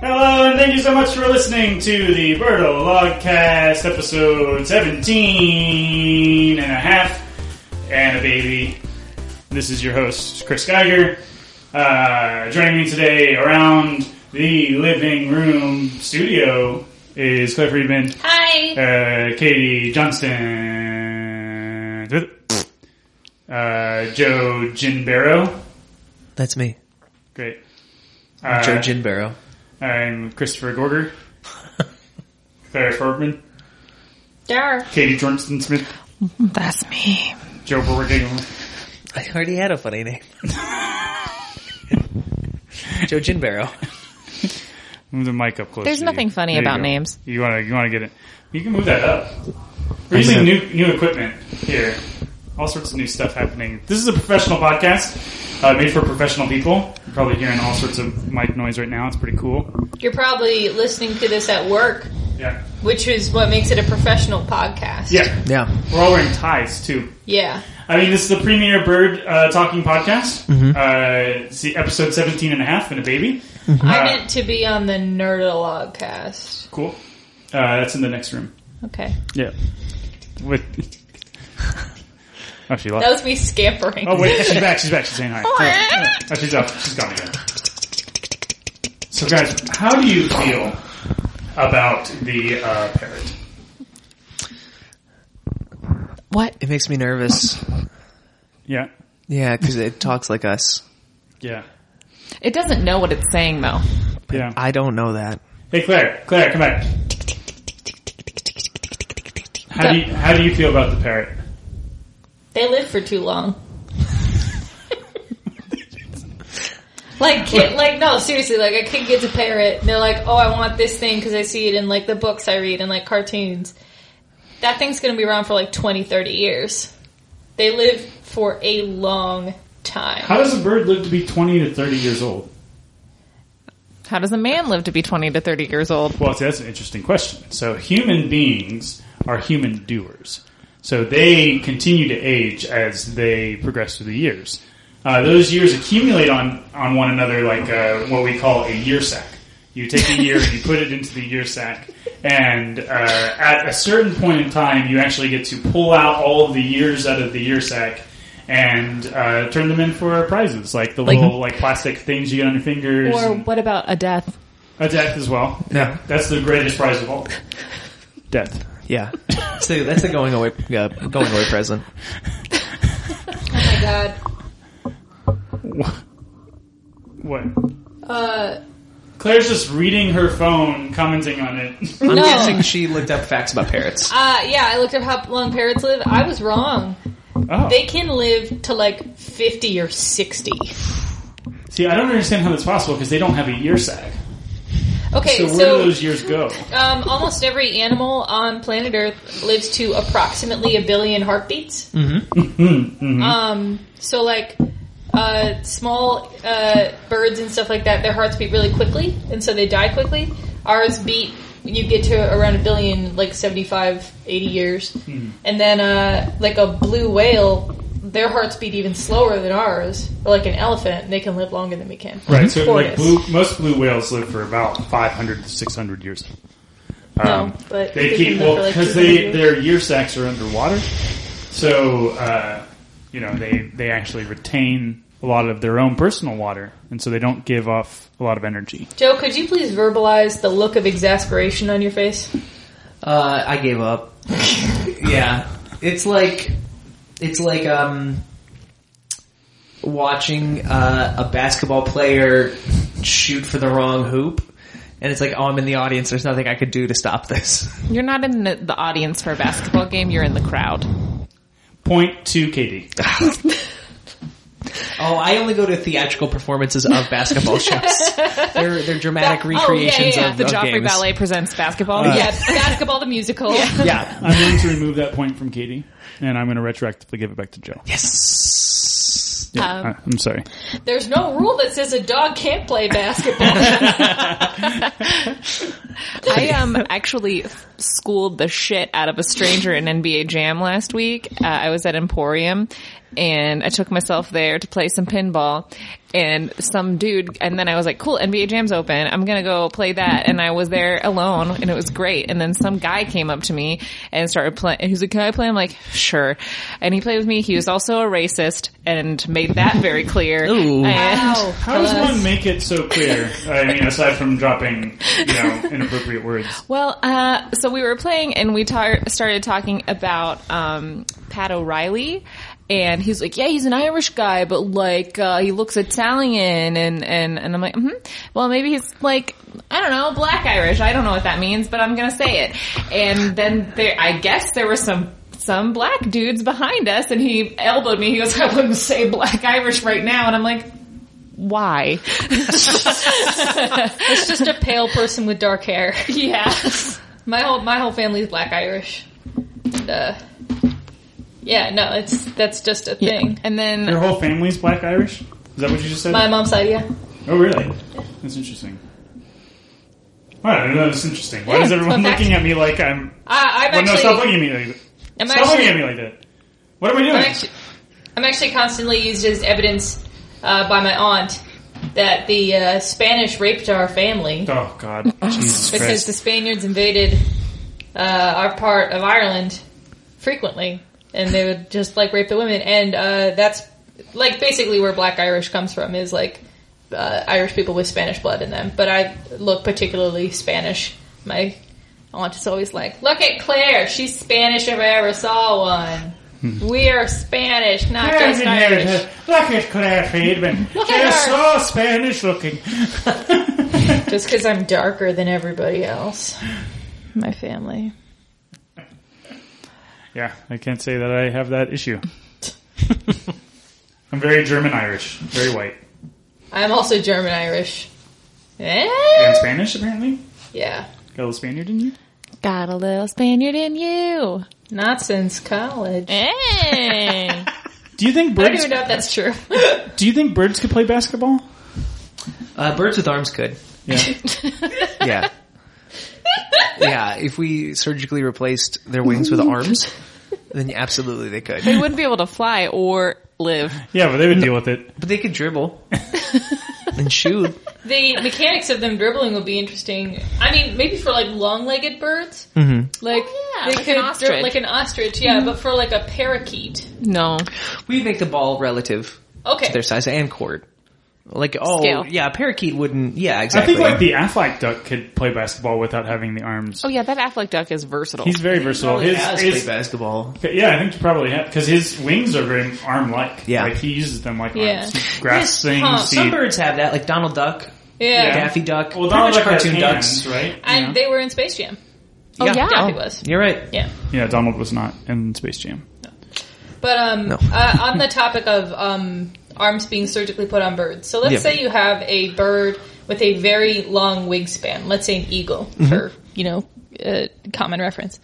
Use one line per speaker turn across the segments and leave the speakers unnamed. thank you so much for listening to the Birdo Logcast episode 17 and a half and a baby. This is your host, Chris Geiger. Uh, joining me today around the living room studio is Claire Friedman,
Hi.
uh, Katie Johnston, uh, Joe Ginbero.
That's me,
Great.
Joe
Uh,
Ginbarrow.
I'm Christopher Gorger. Claire Fordman.
Dar.
Katie Johnston Smith.
That's me.
Joe Berger.
I already had a funny name. Joe Ginbarrow.
Move the mic up close.
There's
to
nothing
you.
funny
There you
about
go.
names.
You wanna you wanna get it. You can move that up. We're using new new equipment here. All sorts of new stuff happening. This is a professional podcast uh, made for professional people. You're probably hearing all sorts of mic noise right now. It's pretty cool.
You're probably listening to this at work,
Yeah,
which is what makes it a professional podcast.
yeah.
Yeah.
We're all wearing ties too.
Yeah.
I mean, this is the premier bird uh, talking podcast. Uh, it's the episode 17 and a half and a baby. Uh-huh.
I meant to be on the Nerdalog cast.
Cool. Uh, that's in the next room.
Okay.
Yeah. With. Oh, she left.
That was me scampering.
Oh wait, she's back. She's back. She's saying hi. Oh, she's up. She's gone again. So guys, how do you feel about the uh, parrot?
What?
It makes me nervous.
Yeah,
Yeah, because it talks like us.
yeah,
It doesn't know what it's saying though.
yeah.
I don't know that.
Hey Claire, Claire, come back. How do you how do you feel about the parrot?
They live for too long. like, kid, like no, seriously. Like, a kid gets a parrot, and they're like, "Oh, I want this thing because I see it in like the books I read and like cartoons." That thing's gonna be around for like 20, 30 years. They live for a long time.
How does a bird live to be twenty to thirty years old?
How does a man live to be 20 to 30 years old?
Well, see, that's an interesting question. So human beings are human doers. So they continue to age as they progress through the years. Uh, those years accumulate on, on one another like uh, what we call a year sack. You take a year and you put it into the year sack, and uh, at a certain point in time, you actually get to pull out all of the years out of the year sack and uh, turn them in for prizes, like the
Like-
little like plastic things you get on your fingers.
Or
and-
what about a death?
a death as well.
Yeah.
That's the greatest prize of all. Death.
Yeah. So that's a going away uh, going away present.
Oh my god.
What?
Uh,
Claire's just reading her phone, commenting on it.
I'm
No.
guessing she looked up facts about parrots.
uh, yeah, I looked up how long parrots live. I was wrong.
Oh.
They can live to like 50 or 60.
See, I don't understand how that's possible because they don't have a year sag. So
Okay,
where do
so,
those years go?
um, almost every animal on planet Earth lives to approximately a billion heartbeats. Mm-hmm.
Mm-hmm.
Um, so like, uh, small, uh, birds and stuff like that, their hearts beat really quickly, and so they die quickly. Ours beat, you get to around a billion, like 75, 80 years.
Hmm.
And then, uh, like a blue whale, their hearts beat even slower than ours. Or like an elephant, they can live longer than we can.
Right, so like
Tortoise.
blue, most blue whales live for about 500 to 600 years.
No, but
Um, They
they
keep,
can live for
well,
like
because
200
they,
years.
their year sacs are underwater. So, uh, you know, they, they actually retain a lot of their own personal water, and so they don't give off a lot of energy.
Joe, could you please verbalize the look of exasperation on your face?
Uh, I gave up. yeah, it's like it's like um, watching uh, a basketball player shoot for the wrong hoop, and it's like, oh, I'm in the audience. There's nothing I could do to stop this.
You're not in the, the audience for a basketball game, you're in the crowd.
Point to Katie.
Oh, I only go to theatrical performances of basketball shows. They're they're dramatic
yeah,
recreations
yeah,
of
The
of
Joffrey
games. Oh,
Ballet presents basketball.
Yeah, basketball the musical.
Yeah.
I'm going to remove that point from Katie, and I'm going to retroactively give it back to Joe.
Yes.
Yeah, I- I'm sorry.
There's no rule that says a dog can't play basketball.
I um actually schooled the shit out of a stranger in NBA Jam last week. Uh, I was at Emporium and I took myself there to play some pinball and some dude and then I was like, cool, NBA Jam's open. I'm going to go play that. And I was there alone and it was great. And then some guy came up to me and started playing. He was like, can I play? I'm like, sure. And he played with me. He was also a racist and made that very clear.
Ooh.
And-
How does one make it so clear? I mean, aside from dropping, you know, inappropriate words.
Well, uh, so we were playing and we tar- started talking about um, Pat O'Reilly. And he's like, yeah, he's an Irish guy, but like, uh, he looks Italian. And, and, and I'm like, hmm well, maybe he's like, I don't know, black Irish. I don't know what that means, but I'm going to say it. And then there, I guess there were some, some black dudes behind us and he elbowed me. He goes, I wouldn't say black Irish right now. And I'm like, why?
it's just a pale person with dark hair.
yeah.
My whole my whole family's black Irish. And, uh, yeah, no, it's that's just a thing.
And then
Your whole family's black Irish? Is that what you just said?
My mom's side, yeah.
oh, really? That's interesting. Wow, I didn't know that's interesting. Why
Yeah,
is everyone
fun fact.
looking at me like I'm?
I, I'm
Well, no,
actually,
stop looking at me like that.
I'm
Stop
actually,
looking at me like that. What am I doing?
I'm actually, I'm actually constantly used as evidence uh, by my aunt that the uh, Spanish raped our family
oh God, Jesus
because
Christ!
the Spaniards invaded uh, our part of Ireland frequently, and they would just like rape the women, and uh, that's like basically where Black Irish comes from is like uh, Irish people with Spanish blood in them. But I look particularly Spanish. My aunt is always like, "Look at Claire, she's Spanish if I ever saw one." We are Spanish, not
Claire
just
didn't have
Irish.
it. Look at Claire Friedman.
Look at
She's
her.
so Spanish looking.
Just because I'm darker than everybody else. My family.
Yeah, I can't say that I have that issue. I'm very German Irish, very white,
I'm also German Irish. Eh?
and Spanish apparently.
Yeah.
Got a little Spaniard in you.
Got a little Spaniard in you.
Not since college.
Hey.
Do you think
I don't
birds?
even know if that's true.
Do you think birds could play basketball?
Uh, birds with arms could.
Yeah.
Yeah. yeah, if we surgically replaced their wings with arms, then absolutely they could.
they wouldn't be able to fly or live.
yeah, but they would deal with it.
But they could dribble and shoot.
the mechanics of them dribbling would be interesting. I mean, maybe for like long-legged birds, mm-hmm. like
Oh, yeah,
they
like
could
an
dri-
ostrich. Mm-hmm.
like an ostrich. Yeah, but for like a parakeet.
No.
We make the ball relative
Okay,
to their size and cord. Like, oh,
Scale.
yeah, a parakeet wouldn't. Yeah,
I
exactly.
think like the Affleck duck could play basketball without having the arms.
Oh yeah, that Affleck duck is versatile.
He's very versatile.
Probably
His,
has
his-
played basketball.
yeah, I think you probably have because his wings are very arm-like.
Yeah.
like he uses them like
Yeah.
arms. He grasps
Yes,
things.
huh,
he-
Some birds have that, like Donald Duck,
yeah,
Yeah.
Daffy Duck,
Well,
pretty
Donald
much
Duck has
cartoon
hands,
ducks.
right?
and
yeah.
they were in Space Jam.
oh yeah.
Daffy was.
You're right.
Yeah,
Yeah, Donald was not in Space Jam.
but um,
No.
uh, on the topic of um, arms being surgically put on birds. So let's
Yeah.
say you have a bird with a very long wingspan. Let's say an eagle,
Mm-hmm.
for you know, uh, common reference.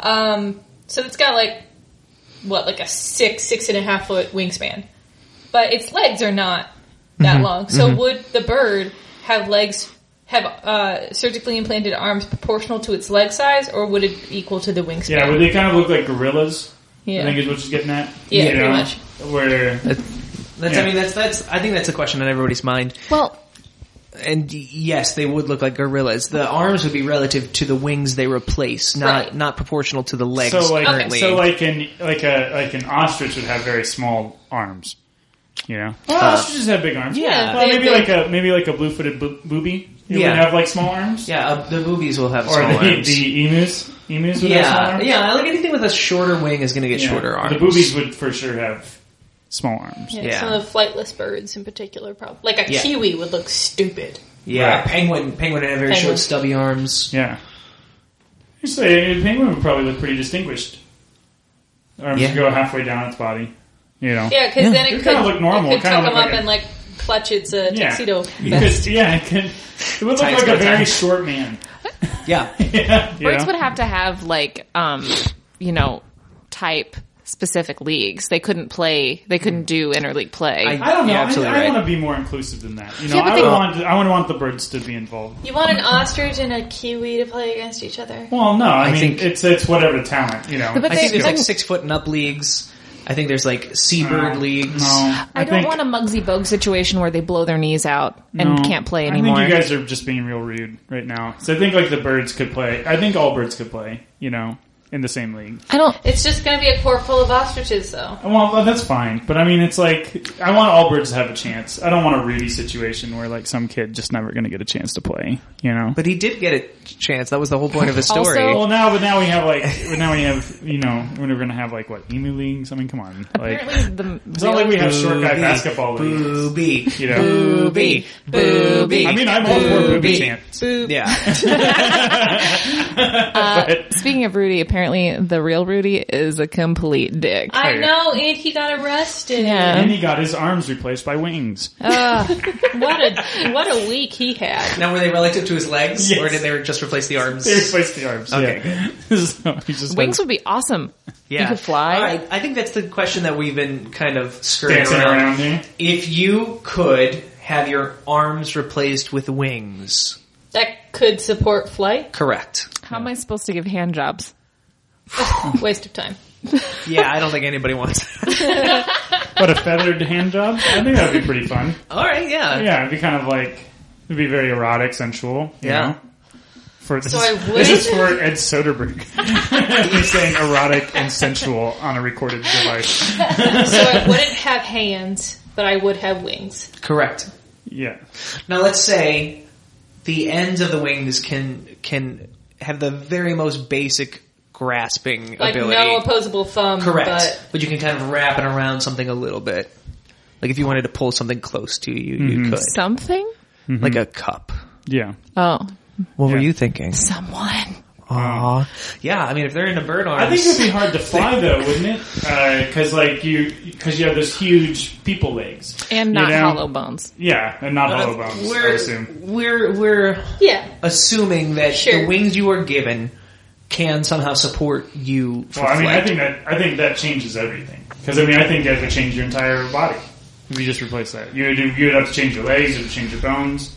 Um, so it's got like what, like a six, six and a half foot wingspan, but its legs are not that
Mm-hmm.
long. So would the bird have legs? Have uh, surgically implanted arms proportional to its leg size, or would it be equal to the wingspan?
Yeah, well, they kind of look like gorillas.
Yeah.
I think is what she's getting at.
Yeah, pretty much.
Where
That's,
Yeah.
I mean, that's, that's, I think that's a question on everybody's mind.
Well,
And yes, they would look like gorillas. The arms would be relative to the wings they replace, not,
Right.
not proportional to the legs
so like
currently.
so like an like a like an ostrich would have very small arms. You know, well, ostriches have big arms.
yeah.
well,
They-
maybe
they-
like a maybe like a blue-footed bo- booby. It
Yeah.
would have like small arms.
yeah, uh, the movies will have
Or
small
the,
arms.
the emus. Emus would have small
yeah,
arms.
yeah, like anything with a shorter wing is going to get
Yeah.
shorter arms.
The boobies would for sure have small arms.
Yeah,
Yeah.
Some of the flightless birds in particular, probably. Like a
Yeah.
kiwi would look stupid.
Yeah,
Right.
penguin, penguin had very
Penguin.
short, stubby arms.
Yeah. Actually, a penguin would probably look pretty distinguished. Arms
Yeah.
go halfway down its body. You know.
Yeah, because then it
It
could,
kinda look normal.
it
It
could
kinda look
tuck them up
like a-
and like clutch its uh,
Yeah.
tuxedo.
Because, yeah, it could. It would look
Ties
like a
go
very
ties.
short man.
Yeah,
yeah. you
birds
know?
would have to have like, um, you know, type specific leagues. They couldn't play. They couldn't do interleague play.
I-
I don't know.
You're
I,
absolutely
I
right.
want to be more inclusive than that. You know,
Yeah, but
I
they-
would want I would want the birds to be involved.
You want an ostrich and a kiwi to play against each other?
Well, no, I,
I
mean
think-
it's it's whatever talent. You know,
But
I think
they-
there's like
I'm-
six foot and up leagues. I think there's like seabird
No,
leagues.
No,
I don't
think,
want a Muggsy Bogue situation where they blow their knees out and
no.
can't play anymore.
I think you guys are just being real rude right now. So I think like the birds could play. I think all birds could play. You know, in the same league.
I don't.
It's just going to be a court full of ostriches, though.
Well, well, that's fine. But I mean, it's like I want all birds to have a chance. I don't want a Rudy situation where like some kid just never going to get a chance to play. You know.
But he did get a chance. That was the whole point of his
Also-
story.
well, now, but now we have like, but now we have, you know, we're going to have like what emu leagues. I mean, come on, like
Apparently, the
it's not like we have short guy basketball leagues.
Booby.
You know?
Booby. Booby.
I mean, I'm all for booby
Booby.
chance.
yeah. Uh,
Speaking of Rudy, apparently the real Rudy is a complete dick.
I know, and he got arrested.
And
um.
yeah.
he got his arms replaced by wings.
What a what a week he had.
Now, were they relative to his legs,
Yes.
or did they just replace the arms?
They replaced the arms.
Okay,
yeah. so he's just
Wings would be awesome.
Yeah.
You could fly.
All right, I think that's the question that we've been kind of skirting
dancing
around.
around here.
If you could have your arms replaced with wings,
That could support flight.
correct?
How am I supposed to give hand jobs?
Oh.
Waste of time.
Yeah, I don't think anybody wants. That.
But a feathered hand job? I think that would be pretty fun.
All right, yeah,
Yeah, it'd be kind of like, it'd be very erotic, sensual. You
Yeah.
Know? For this,
I would-
this is for Ed Soderbergh. He's saying erotic and sensual on a recorded device.
So I wouldn't have hands, but I would have wings.
correct.
Yeah.
Now, let's say the ends of the wings can can have the very most basic grasping
Like
ability.
no opposable thumb.
Correct.
But
But, you can kind of wrap it around something a little bit. Like if you wanted to pull something close to you,
Mm-hmm.
you could.
Something?
Like a cup.
Yeah.
Oh,
Mm-hmm. What were
Yeah.
you thinking?
someone.
Aw. Yeah, I mean, if they're into bird arms.
I think it would be hard to fly though, wouldn't it? Because like you, because you have those huge people legs.
And not
You know?
hollow bones.
Yeah, and not
Uh,
hollow bones. I
We're,
assume.
we're, we're
yeah,
assuming that the
Sure.
wings you are given can somehow support you for
Well, I mean, I
flight.
think that I think that changes everything. Because I mean, I think that would change your entire body. If you just replace that, you would you would have to change your legs, you would change your bones.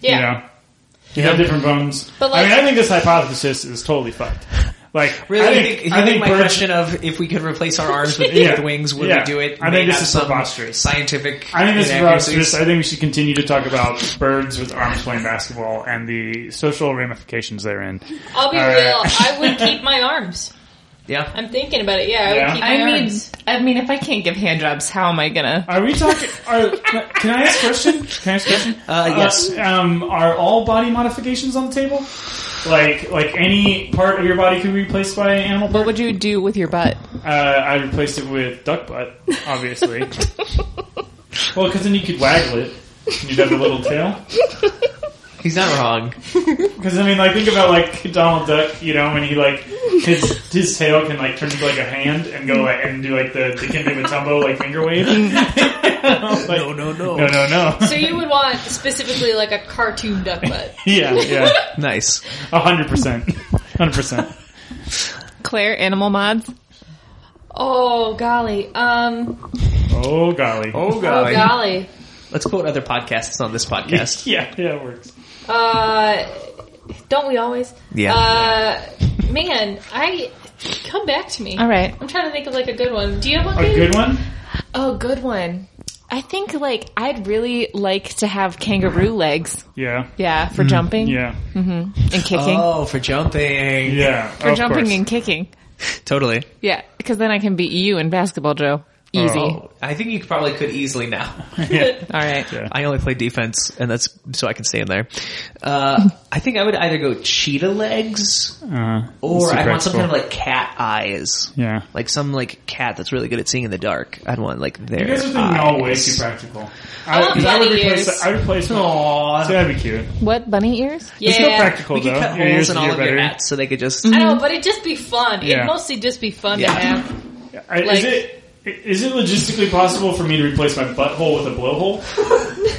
yeah.
You know, you have different bones.
But,
I
like-
mean, I think this hypothesis is totally fucked. Like,
Really,
I
you think,
think,
you
I think
my
birds-
question of if we could replace our arms with,
Yeah.
with wings, would
Yeah.
we do it?
I
may
think this
have
is
some
preposterous.
Scientific.
I think this is
inaccuracies.
preposterous. I think we should continue to talk about birds with arms playing basketball and the social ramifications therein.
I'll be
All right.
real. I would keep my arms.
Yeah.
I'm thinking about it. Yeah, I
Yeah.
would keep my
I mean,
arms.
I mean, if I can't give hand jobs, how am I gonna?
Are we talking? Are, can I ask a question? Can I ask a question?
Uh, yes.
um, are all body modifications on the table? Like, like any part of your body could be replaced by an animal
What
part?
would you do with your butt?
Uh, I replaced it with duck butt, obviously. well, because then you could waggle it. and You'd have a little tail.
He's not wrong.
Because I mean, like, think about like Donald Duck. You know, when he like his his tail can like turn into like a hand and go like, and do like the Dikembe Mutombo like finger wave. Like,
No, no, no.
no, no, no.
So you would want specifically like a cartoon duck butt.
yeah, yeah.
Nice.
A hundred percent. Hundred percent.
Claire, animal mods.
Oh golly. Um.
Oh golly.
Oh
Oh golly.
Let's quote other podcasts on this podcast.
Yeah, yeah, it works.
Uh. Don't we always?
Yeah.
Uh. Man, I come back to me.
All right.
I'm trying to think of like a good one. Do you have
A
one? Katie?
good one?
Oh, good one. I think like I'd really like to have kangaroo legs.
Yeah.
Yeah, for jumping
Mm. Yeah.
and kicking.
Oh, for jumping.
Yeah.
for
of
jumping
course.
and kicking.
Totally.
Yeah, because then I can beat you in basketball, Joe. Easy.
Oh, I think you probably could easily now.
All right.
Yeah.
I only play defense, and that's so I can stay in there. Uh, I think I would either go cheetah legs,
Uh,
or I want some
something
kind of like cat eyes.
Yeah.
Like some like cat that's really good at seeing in the dark. I'd want like their.
You guys are thinking all way too practical.
I want
'cause I would
bunny
replace
ears.
I would replace Aww. that'd be cute.
What bunny ears?
It's still
Yeah.
practical
We could
though.
cut
Your ears
holes in
would
all
get
of your
better. Mm-hmm.
hats so they could just.
I know, but it'd just be fun.
Yeah.
It'd mostly just be fun to
Yeah.
have.
I- is
Like-
it is it logistically possible for me to replace my butthole with a blowhole?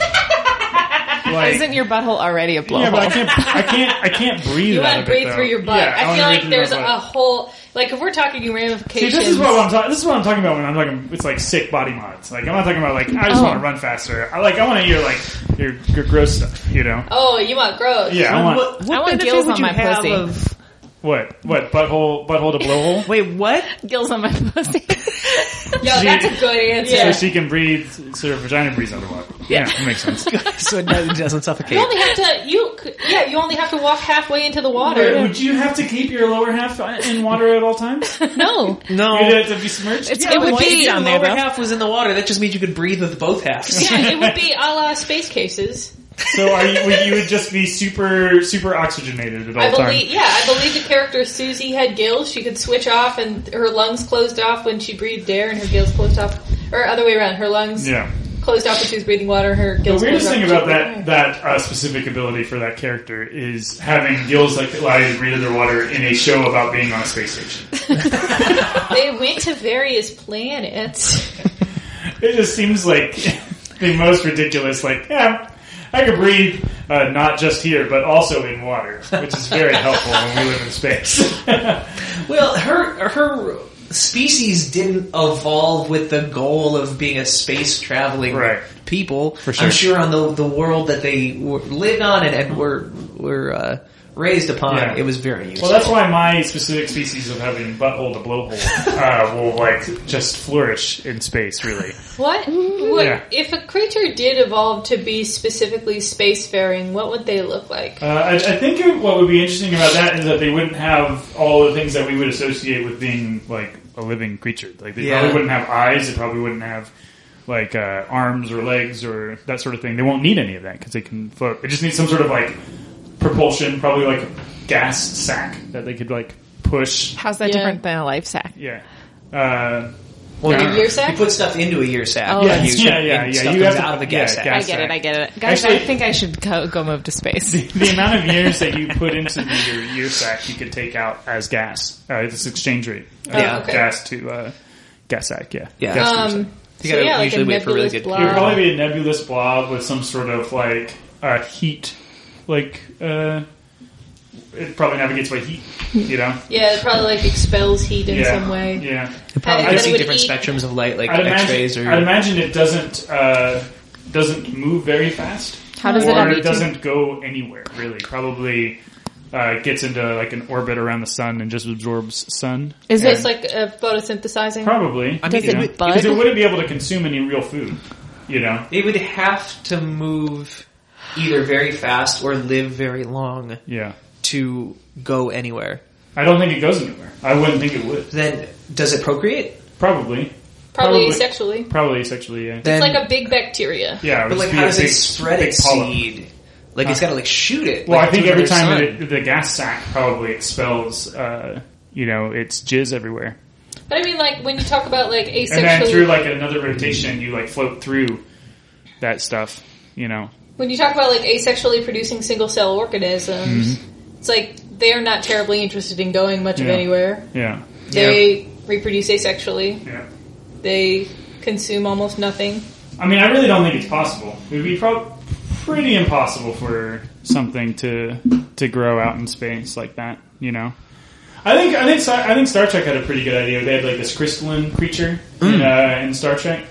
like,
Isn't your butthole already a
yeah, but I
blowhole?
can't, I can't, I can't breathe.
You
out
want
of
to
it,
breathe
though.
through your butt.
Yeah,
I
wanna
feel
breathe
like
through my
there's a
butt.
whole Like if we're talking
See,
ramifications,
this is what I'm talking. This is what I'm talking about when I'm talking. It's like sick body mods. Like I'm not talking about like I just
Oh.
want to run faster. I like I want to hear like your your gross stuff. You know?
oh, you want gross?
Yeah, I want
what, what
I want
benefit
gills
would
on
you
my
have
pussy.
of-
what what butthole butthole to blowhole.
wait, what?
Gills on my pussy.
Yo,
Gee.
that's a good answer.
So she can breathe, so her vagina breathes underwater. Yeah, that makes sense.
so it doesn't, it doesn't suffocate.
You only have to you c- yeah you only have to walk halfway into the water.
Would you have to keep your lower half in water at all times? You'd
no.
No.
have to be submerged.
It's, it would
Well, if
be
your
on
lower
there, though.
half was in the water. That just means you could breathe with both halves.
Yeah, it would be a la space cases.
So are you? Would, you would just be super super oxygenated at all
I believe
times.
yeah I believe the character Susie had gills. She could switch off, and her lungs closed off when she breathed air, and her gills closed off, or other way around. Her lungs
Yeah.
closed off when she was breathing water. and Her
The
gills.
weirdest
closed
thing
off when
about
she was breathing
that that uh, specific ability for that character is having gills like that allow you to breathe underwater in a show about being on a space station.
air. They went to various planets.
It just seems like the most ridiculous. Like, yeah, I could breathe uh, not just here, but also in water, which is very helpful when we live in space.
Well, her her species didn't evolve with the goal of being a space traveling
Right.
people. For
sure.
I'm sure on the the world that they were, lived on and, and were were uh, raised upon,
Yeah.
it was very useful.
Well, that's why my specific species of having butthole to blowhole uh, will like just flourish in space. Really,
What would
Yeah.
if a creature did evolve to be specifically spacefaring? What would they look like?
uh, I, I think it- what would be interesting about that is that they wouldn't have all the things that we would associate with being like a living creature. Like they
Yeah.
probably wouldn't have eyes. They probably wouldn't have like uh, arms or legs or that sort of thing. They won't need any of that because they can float. It just needs some sort of like propulsion, probably like a gas sack that they could like push.
How's that
Yeah.
different than a life sack?
Yeah. Uh,
Well,
Like a
you,
year sack?
you put stuff into a year sack.
Oh, Yeah,
and you,
yeah, yeah,
and
yeah.
Stuff
You
comes
have to-
out of a gas
yeah,
sack.
gas-
I get it. I get it, guys. I
Actually-
think I should go, go move to space.
the amount of years that you put into your year sack you could take out as gas. Uh, this exchange rate. Uh,
Yeah.
okay.
Gas to uh, gas sack, yeah.
Yeah.
Gas to sack.
Um, so
You gotta
yeah, like a
usually wait for really
nebulous
good-
It would
blob.
probably be a nebulous blob with some sort of like uh, heat. Like, uh, it probably navigates by heat, you know?
Yeah, it probably like expels heat in
yeah.
some way.
Yeah.
You probably
I-
could
I
see
would
different
eat-
spectrums of light, like
I'd
X-rays
imagine,
or
I'd imagine it doesn't, uh, doesn't move very fast.
How does it
or
have
it
you two?
doesn't go anywhere really. Probably uh, gets into like an orbit around the sun and just absorbs sun.
Is
So
it
it's like uh, photosynthesizing.
Probably
I mean,
Does it
you know,
bud?
because it wouldn't be able to consume any real food. You know,
they would have to move either very fast or live very long
yeah.
to go anywhere.
I don't think it goes anywhere. I wouldn't think it would.
Then does it procreate?
Probably,
probably,
Probably.
sexually.
probably sexually. Yeah,
Then
It's like a big bacteria.
yeah. it would
But like,
just be
how
a
does it
big-
spread
big
a
polyp.
seed? Like, it's got to like shoot it.
Well,
like,
I think
to
every
another
time
sun.
it, the gas sack probably expels, uh, you know, its jizz everywhere,
But I mean, like when you talk about like asexual,
and then through like another rotation, you like float through that stuff. You know,
when you talk about like asexually producing single cell organisms, it's like they're not terribly interested in going much of
Yeah.
anywhere.
yeah,
They reproduce asexually.
yeah.
They consume almost nothing.
I mean, I really don't think it's possible. It would be prob- pretty impossible for something to to grow out in space like that. You know, I think I think Sci- I think Star Trek had a pretty good idea. They had like this crystalline creature in, uh, in Star Trek,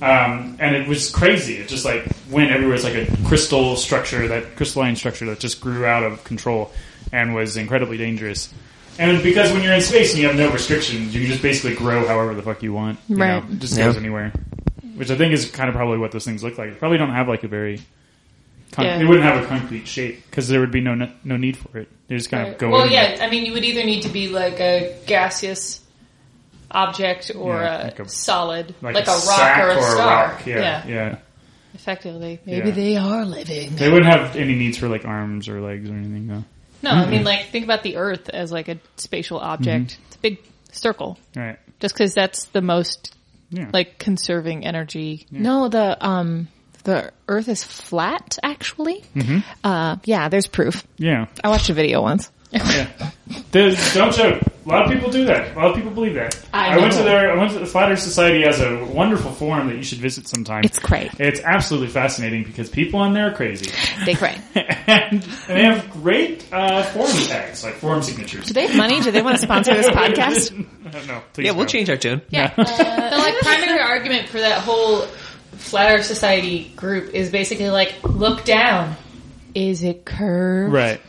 um, and it was crazy. It just like went everywhere. It's like a crystal structure, that crystalline structure that just grew out of control and was incredibly dangerous. And because when you're in space and you have no restrictions, you can just basically grow however the fuck you want. You know?
Right.
It just
Yeah.
goes anywhere. Which I think is kind of probably what those things look like. They probably don't have like a very. Con-
Yeah.
They wouldn't have a concrete shape because there would be no no need for it. They just kind of go.
Well,
anywhere.
yeah. I mean, you would either need to be like a gaseous object or
Yeah,
a,
like a-
solid, like, a, rock
sack
or a star.
rock. Yeah, yeah.
effectively.
Maybe they are living. They wouldn't have any needs for like arms or legs or anything though.
No, I mean, like think about the Earth as like a spatial object. It's a big circle,
Right.
just because that's the most
Yeah.
like conserving energy.
No, the um the Earth is flat. Actually, uh, yeah, there's proof.
Yeah.
I watched a video once.
Yeah. There's- don't joke. A lot of people do that. A lot of people believe that.
I
went
know.
to their. I went to the Flat Earth Society has a wonderful forum that you should visit sometime.
It's great.
It's absolutely fascinating because people on there are crazy,
They cry.
and, and they have great uh, forum tags like forum signatures.
Do they have money? Do they want to sponsor this podcast?
no, please
Yeah, we'll
no.
change our tune.
Yeah.
The like primary argument for that whole flat Earth society group is basically like, look down. Is it curved?
Right.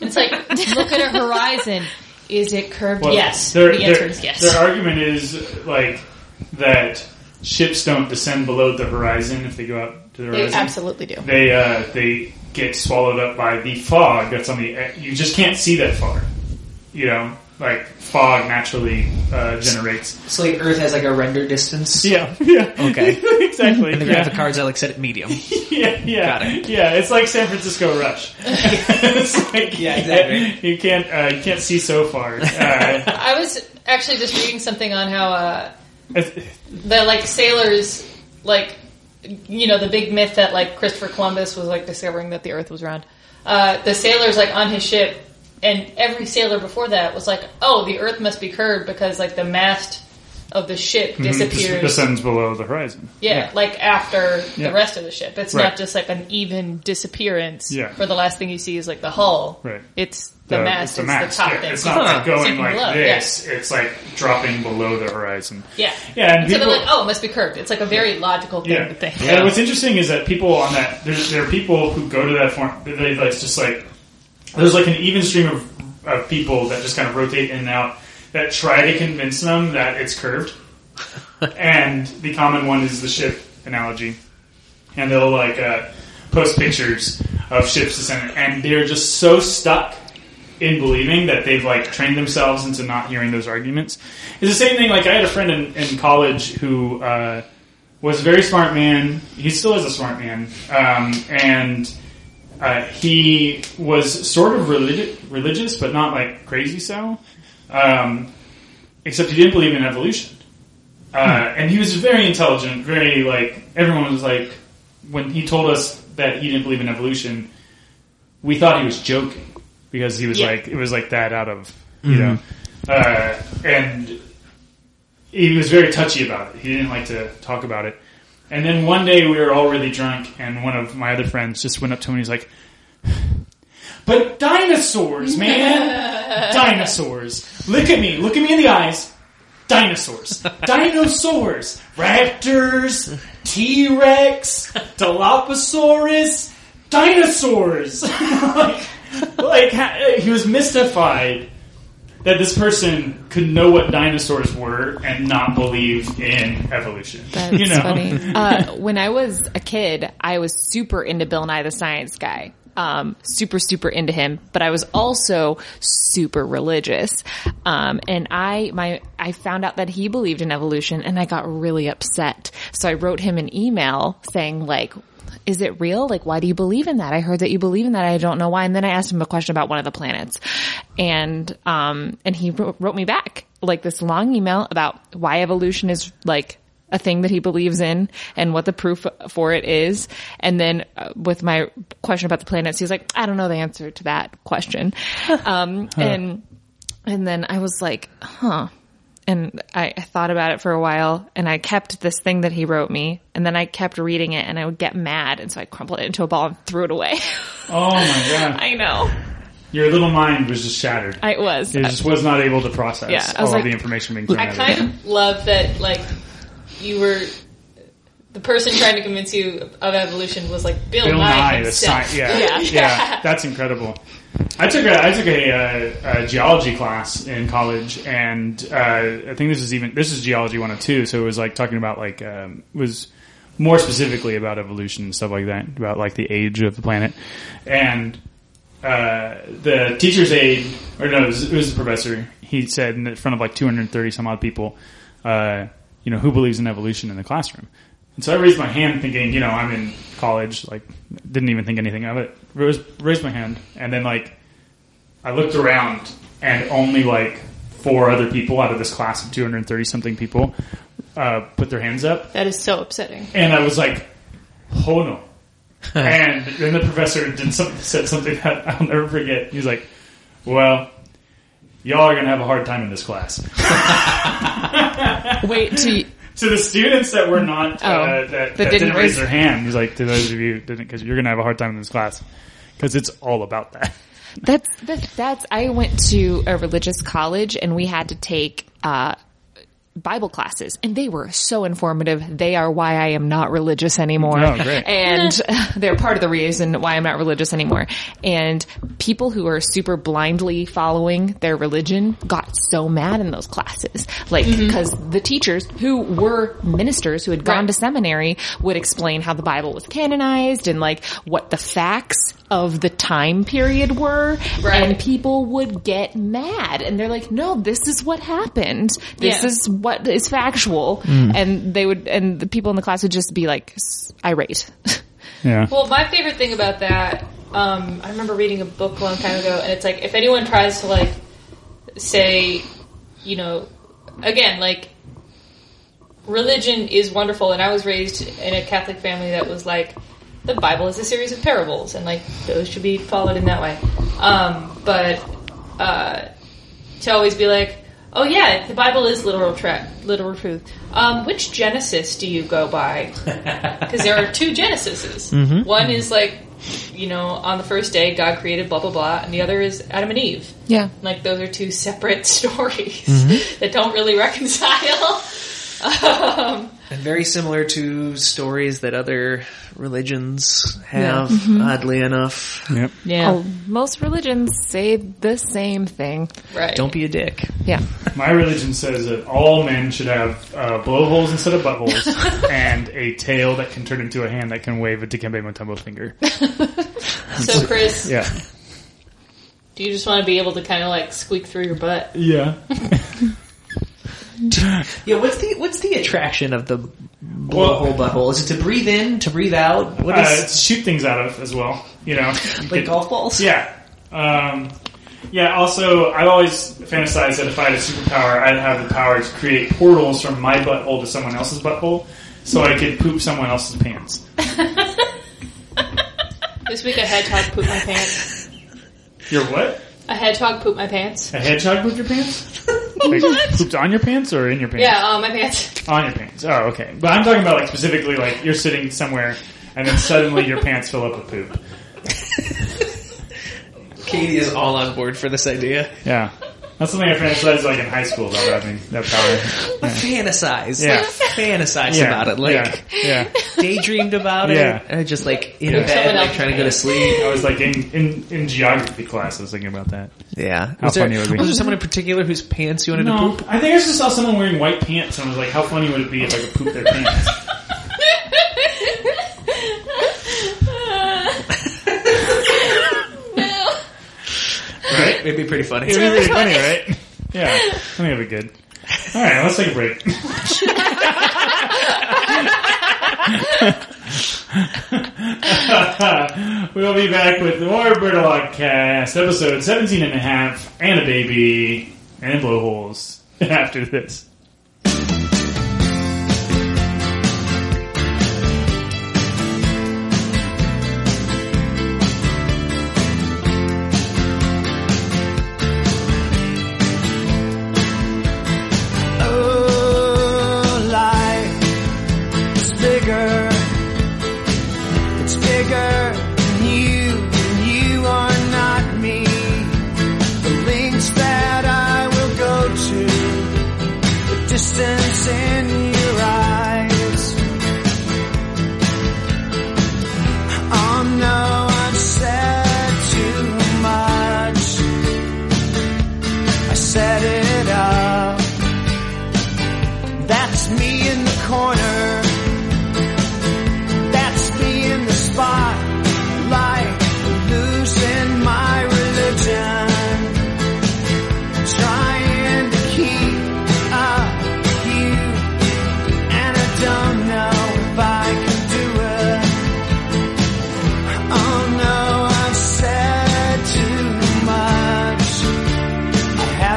It's like look at a horizon. Is it curved?
Well,
yes.
Their,
the
their-
answer is yes.
Their argument is like that ships don't descend below the horizon if they go out to the
They
horizon.
absolutely do.
They uh, they get swallowed up by the fog that's on the. e, You just can't see that far. You know, like fog naturally uh, generates.
So like Earth has like a render distance,
Yeah. Yeah.
Okay.
exactly.
and the graphic
yeah.
cards are like set at medium.
yeah. Yeah.
Got it.
Yeah. It's like San Francisco Rush. It's like-
Yeah, exactly.
You can't uh, you can't see so far. Uh,
I was actually just reading something on how uh,
it's-
the like sailors like you know the big myth that like Christopher Columbus was like discovering that the Earth was round. Uh, the sailors like on his ship, and every sailor before that was like, "Oh, the Earth must be curved because like the mast of the ship
Mm-hmm.
disappears."
The sun's below the horizon.
Yeah, like after
Yeah.
the rest of the ship. It's
Right.
not just like an even disappearance
Yeah.
where the last thing you see is like the hull.
Right.
It's the, mast, it's,
mast,
the top
yeah.
thing.
It's not like going
Sinking
like
below,
this. It's like dropping below the horizon.
Yeah.
Yeah, and
So
people,
they're like, oh, it must be curved. It's like a very logical thing
yeah.
to think.
And what's interesting is that people on that there's, there are people who go to that form. They, they like just like there's like an even stream of, of people that just kind of rotate in and out that try to convince them that it's curved. and the common one is the ship analogy, and they'll like uh, post pictures of ships descending, and they're just so stuck in believing that they've like trained themselves into not hearing those arguments. It's the same thing. Like I had a friend in, in college who uh, was a very smart man. He still is a smart man, um, and uh, he was sort of religi- religious, but not like crazy so. Um, except he didn't believe in evolution. Uh, and he was very intelligent, very like everyone was like when he told us that he didn't believe in evolution, we thought he was joking because he was
Yeah.
like it was like that out of you know, uh, and he was very touchy about it. He didn't like to talk about it. And then one day we were all really drunk, and one of my other friends just went up to him and he's like, "But dinosaurs, man, dinosaurs! Look at me, look at me in the eyes." Dinosaurs, dinosaurs, raptors, T Rex, Dilophosaurus, dinosaurs. like, like ha- he was mystified that this person could know what dinosaurs were and not believe in evolution.
That's
you know?
funny. Uh, when I was a kid, I was super into Bill Nye the Science Guy. Um, super, super into him, but I was also super religious. Um, and I, my, I found out that he believed in evolution and I got really upset. So I wrote him an email saying like, is it real? Like, why do you believe in that? I heard that you believe in that. I don't know why. And then I asked him a question about one of the planets and, um, and he wrote wrote me back like this long email about why evolution is like a thing that he believes in and what the proof for it is. And then uh, with my question about the planets, he's like, I don't know the answer to that question. Um, and, and then I was like, huh. And I, I thought about it for a while and I kept this thing that he wrote me and then I kept reading it and I would get mad. And so I crumpled it into a ball and threw it away.
Oh my god.
I know
Your little mind was just shattered.
I was.
it just was not able to process
Yeah, I
all
was
of
like-
the information being thrown
I
at it.
kind of love that, like, you were the person trying to convince you of evolution was like Bill,
Bill
Nye,
Nye, the
himself.
sci- yeah, yeah, that's incredible. I took a I took a, uh, a geology class in college, and uh, I think this is even this is geology 102, So it was like talking about like um, was more specifically about evolution and stuff like that, about like the age of the planet, and uh, the teacher's aide or no, it was, it was the professor. He said in front of like 230 some odd people, uh, you know, who believes in evolution in the classroom? And so I raised my hand thinking, you know, I'm in college, like, didn't even think anything of it. Raised, raised my hand, and then, like, I looked around, and only, like, four other people out of this class of 230 something people uh, put their hands up.
That is so upsetting.
And I was like, oh no. and then the professor did some, said something that I'll never forget. He's like, well, y'all are going to have a hard time in this class.
Wait, to
to the students that were not
Oh,
uh, that, that didn't, raise their hand, he's like to those of you didn't because you're going to have a hard time in this class because it's all about that.
That's, that's that's I went to a religious college and we had to take uh Bible classes and they were so informative. They are why I am not religious anymore.
Oh, great.
And they're part of the reason why I'm not religious anymore. And people who are super blindly following their religion got so mad in those classes. Like, cause the teachers who were ministers who had gone
Mm-hmm. Right.
to seminary would explain how the Bible was canonized and like what the facts of the time period were.
Right.
And people would get mad and they're like, no, this is what happened. This
Yeah.
is what is factual.
Mm.
And they would, and the people in the class would just be like s- irate.
Yeah.
Well, my favorite thing about that, um, I remember reading a book a long time ago, and it's like if anyone tries to like say, you know, again, like religion is wonderful, and I was raised in a Catholic family that was like the Bible is a series of parables, and like those should be followed in that way. Um, but uh, to always be like. Oh yeah, the Bible is literal tra- literal truth. Um, which Genesis do you go by? because there are two Genesises.
Mm-hmm.
One is like, you know, on the first day God created blah blah blah, and the other is Adam and Eve.
yeah.
Like those are two separate stories
Mm-hmm.
that don't really reconcile. um,
And very similar to stories that other religions have, oddly enough.
Yep.
Oh, most religions say the same thing.
right.
Don't be a dick.
Yeah.
My religion says that all men should have uh, blowholes instead of buttholes and a tail that can turn into a hand that can wave a Dikembe Mutombo finger.
so Chris,
Yeah.
do you just want to be able to kind of like squeak through your butt?
Yeah.
Yeah, what's the what's the attraction of the blowhole
Well-
butthole? Is it to breathe in, to breathe out? What
Uh,
is
to shoot things out of as well. You know, You
like
could-
golf balls?
Yeah. Um, yeah, also, I've always fantasized that if I had a superpower, I'd have the power to create portals from my butthole to someone else's butthole so I could poop someone else's pants.
This week a hedgehog pooped my pants.
Your what?
A hedgehog pooped my pants.
A hedgehog pooped your pants? Like, pooped on your pants or in your pants?
Yeah, uh, my pants.
On your pants. Oh, okay. But I'm talking about, like, specifically, like, you're sitting somewhere and then suddenly your pants fill up with poop.
Katie is all on board for this idea.
Yeah. That's something I fantasized, like, in high school about having that power.
But fantasize.
Yeah.
Like, fantasize
Yeah.
about it. Like
yeah. yeah.
daydreamed about
Yeah.
it. And I just like in
Yeah.
bed,
Someone
like
else-
trying to go to sleep.
I was like in, in, in geography class. I was thinking about that.
Yeah.
How
was there,
funny would it be?
was there someone in particular whose pants you wanted to
No,
poop?
I think I just saw someone wearing white pants, and I was like, "How funny would it be if I could poop their pants?" Right?
It'd be pretty funny.
It'd be really funny, right? Yeah, I think it'd be good. All right, let's take a break. we'll be back with more Birdalog Cast, episode 17 and a half, and a baby, and blowholes after this.
Oh, life is bigger. It's bigger than you, and you are not me. The links that I will go to, the distance in your eyes. Oh no, I've said too much. I set it up. That's me in the corner. That's me in the spot. Oh,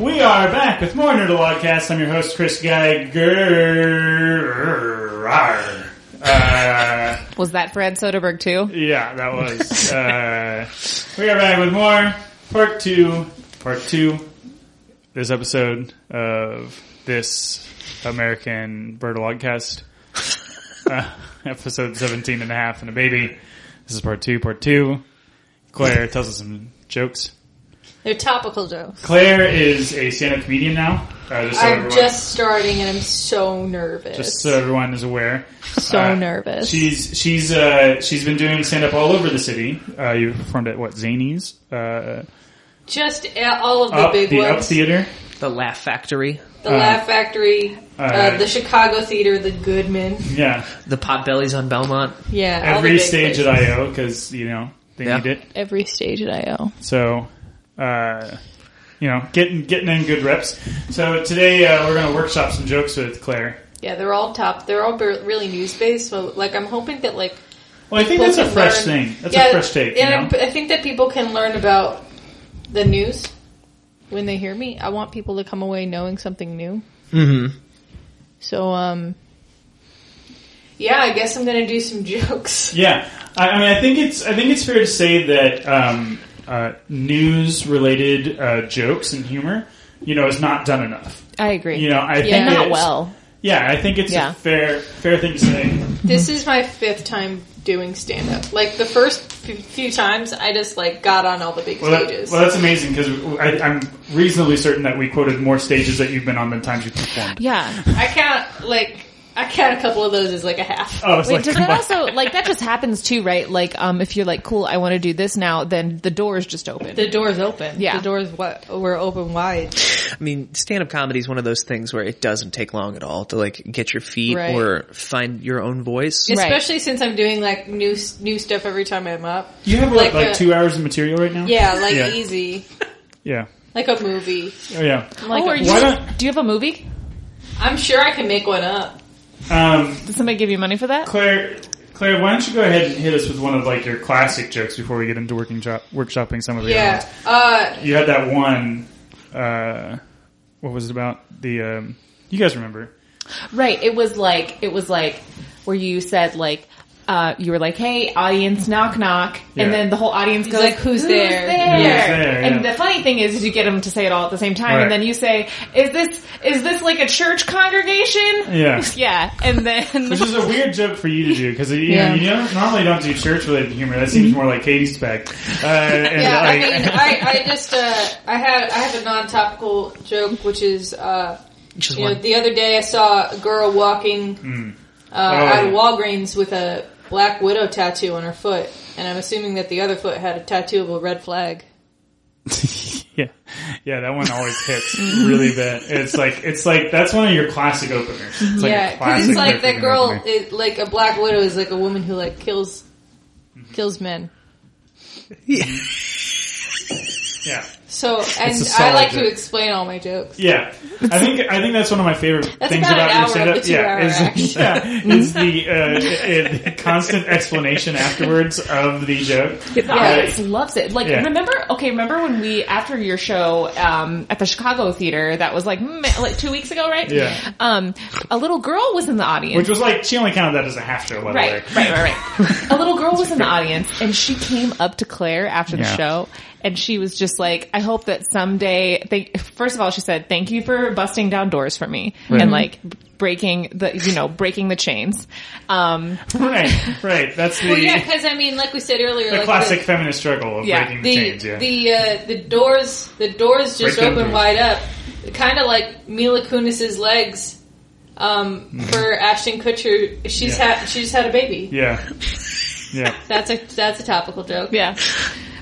We are back with more Nerdalogcast. I'm your host, Chris Geiger. Uh,
Was that Fred Soderbergh too?
yeah, that was. Uh, we are back with more part two. Part two. This episode of this American Birdalogcast. Uh, episode 17 and a half and a baby. This is part two. Part two. Claire tells us some jokes.
They're topical jokes.
Claire is a stand-up comedian now. Uh, just so
I'm
everyone-
just starting and I'm so nervous.
just so everyone is aware.
so
uh,
nervous.
She's she's uh, she's been doing stand up all over the city. Uh, you performed at what Zanies, uh,
just a- all of the
up,
big
the Up
ones. The,
Theater.
The Laugh Factory,
Laugh Factory, uh,
uh,
the Chicago Theater, the Goodman.
Yeah,
the Potbellies on Belmont.
Yeah. all the
every
big
stage
places.
at IO because you know they
Yeah.
need it.
Every stage at IO.
So, uh, you know, getting getting in good reps. So today uh, we're going to workshop some jokes with Claire.
Yeah, they're all top. They're all be- really news based. So, like, I'm hoping that like
Well, I think
people
that's a
can
fresh
learn-
thing. That's
Yeah,
a fresh take. You
And I-
know?
I, think that people can learn about the news when they hear me. I want people to come away knowing something new.
Mm-hmm.
So, um, yeah, I guess I'm gonna do some jokes.
Yeah, I, I mean, I think it's I think it's fair to say that um, uh, news related uh, jokes and humor, you know, is not done enough.
I agree.
You know, I think
and not
it's-
well.
Yeah, I think it's a
Yeah.
fair fair thing to say.
This is my fifth time doing stand up. Like the first f- few times, I just like got on all the big
Well, that,
stages.
well that's amazing because I'm reasonably certain that we quoted more stages that you've been on than times you performed.
Yeah.
I count like I count a couple of those as like a half.
Oh, it's
Wait,
like
does that
combined.
also like that just happens too, right? Like, um, if you're like, cool, I want to do this now, then the door is just open.
The door's open.
Yeah.
the doors what were open wide.
I mean, stand-up comedy is one of those things where it doesn't take long at all to like get your feet
Right.
or find your own voice.
Right.
Especially since I'm doing like new new stuff every time I'm up.
you have like,
like
like
the-
two hours of material right now.
Yeah, like
Yeah.
easy,
yeah,
like a movie.
oh, yeah.
Like
oh,
a-
are you?
Why not?
Do you have a movie?
I'm sure I can make one up.
Um,
Did somebody give you money for that?
Claire, Claire, why don't you go ahead and hit us with one of like your classic jokes before we get into working jo- workshopping some of the other ones.
Yeah. Uh,
you had that one. Uh, what was it about? The um, you guys remember?
Right. It was like it was like where you said like uh, you were like, "Hey, audience, knock knock,"
Yeah.
and then the whole audience goes
like, "Who's there?"
there,
And
yeah.
the funny thing is, is you get them to say it all at the same time,
Right.
and then you say, "Is this is this like a church congregation?"
Yeah.
yeah, and then
Which is a weird joke for you to do because you, know,
Yeah. Mm-hmm.
you don't, normally don't do church related humor. That seems more like Katie's bag. Uh, and
yeah. I
like,
mean, I, I just uh, I had I have a non topical joke, which is uh,
Just
you know
one.
the other day I saw a girl walking
Mm.
uh,
Oh,
out of Walgreens with a black widow tattoo on her foot, and I'm assuming that the other foot had a tattoo of a red flag.
yeah, yeah, that one always hits really bad. It's like it's like that's one of your classic openers. It's like
yeah,
a
because
classic
it's like that
opening
girl,
opener.
it, like a black widow, is like a woman who like kills,
Mm-hmm.
kills men.
Yeah.
Yeah,
So and
It's a
I like
solid
to
joke.
explain all my jokes.
yeah. I think I think that's one of my favorite
That's
things
about
about,
an
your
hour
stand-up.
of the
yeah,
two-hour
is, yeah, is the, uh, the constant explanation afterwards of the joke. Uh,
The audience loves it. Like,
Yeah.
remember? Okay, remember when we after your show um, at the Chicago Theater that was like mm, like two weeks ago, right?
Yeah.
Um, a little girl was in the audience.
Which was like she only counted that as a half joke, by the way.
Right, right, right, right. A little girl was in the audience and she came up to Claire after the
Yeah.
show and she was just like, I hope that someday, thank, first of all, she said, thank you for busting down doors for me and like breaking the, you know, breaking the chains. Um,
right, right. That's the,
Well, yeah, because I mean, like we said earlier,
the
like
classic feminist struggle of
Yeah,
breaking the,
the
chains. Yeah,
the uh, the doors the doors
Break
just
them
open
doors.
wide up, kind of like Mila Kunis's legs. Um, for Ashton Kutcher, she's
Mm-hmm. Yeah.
had she's had a baby.
yeah, yeah.
That's a that's a topical joke.
yeah.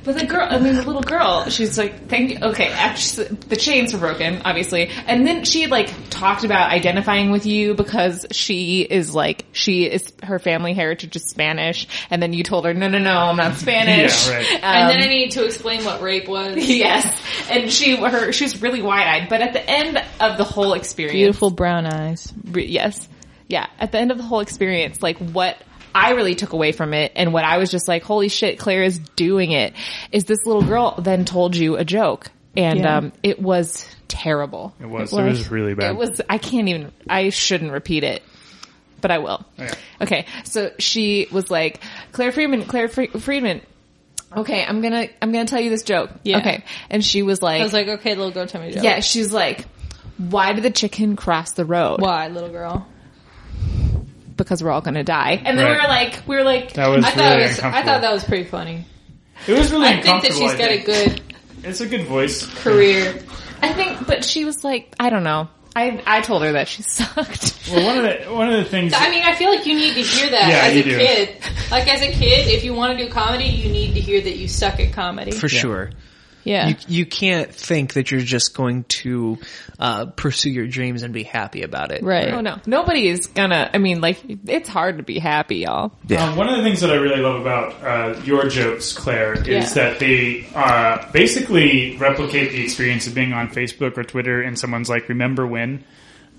But the girl, I mean, the little girl, she's like, thank you. Okay, actually, the chains were broken, obviously. And then she like talked about identifying with you because she is like, she is, her family heritage is Spanish. And then you told her, no, no, no, I'm not Spanish.
Yeah, right.
And then
Um,
I need to explain what rape was.
Yes, and she her she was really wide eyed, but at the end of the whole experience,
brown eyes.
re- yes, yeah, at the end of the whole experience, like what I really took away from it, and what I was just like, holy shit, Claire is doing it. Is this little girl then told you a joke? and
Yeah.
um, it was terrible.
It was. It
It
was,
was.
really bad.
It was. I can't even. I shouldn't repeat it, but I will.
Oh, Yeah.
Okay. So she was like, Claire Friedman. Claire Fre- Friedman. Okay, I'm gonna. I'm gonna tell you this joke.
Yeah.
Okay. And she was like. "Oh."
I was like, okay, little girl, tell me a joke.
yeah. She's like, why did the chicken cross the road?
Why, little girl?
Because we're all gonna die. And then we
Right.
were like, we were like,
that was
I thought
really
it was, I
uncomfortable.
thought that was pretty funny.
it was really
I think that
uncomfortable,
she's got a
think.
good
It's a good voice.
career.
I think, but she was like, I don't know. I I told her that she sucked.
Well, one of the one of the things.
I mean, I feel like you need to hear that
Yeah,
as
you
a
do.
kid. Like as a kid, if you want to do comedy, you need to hear that you suck at comedy.
for sure.
yeah.
You you can't think that you're just going to uh, pursue your dreams and be happy about it.
right.
Oh no, nobody is gonna. I mean, like, it's hard to be happy, y'all.
Um, one of the things that I really love about uh, your jokes, Claire, is
Yeah.
that they uh, basically replicate the experience of being on Facebook or Twitter, and someone's like, "Remember when?"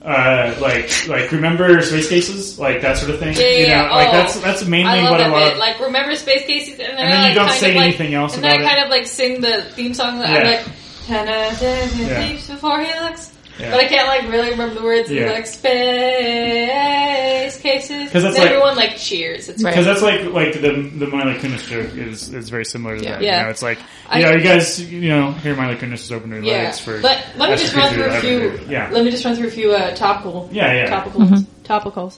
Uh, like, like remember space cases, like that sort of thing.
Yeah, yeah,
you know,
yeah.
like
Oh,
that's that's mainly
I love
what
that
I love.
bit. Like, remember Space Casey? And then,
And then
I,
you
like,
don't
kind
say
of, like,
anything else
And then
about
I
it.
kind of like sing the theme song. That I'm
Yeah.
like, Hannah says he
Yeah.
sleeps before he looks.
Yeah.
But I can't like really remember the words.
Yeah.
Yeah. Like space cases.
'Cause
And
that's like-
everyone like cheers. It's right.
Right.
because that's like like the the Miley Kunis joke is is very similar to that.
Yeah.
You know, it's like you
I-
know, you guys you know hear Miley Kunis open her
Yeah.
legs for.
But let me
that's
just
what
run
you
through
do,
a
I
few.
would do. Yeah.
Let me just run through a few uh, topical.
Yeah, yeah.
Topicals. Topicals.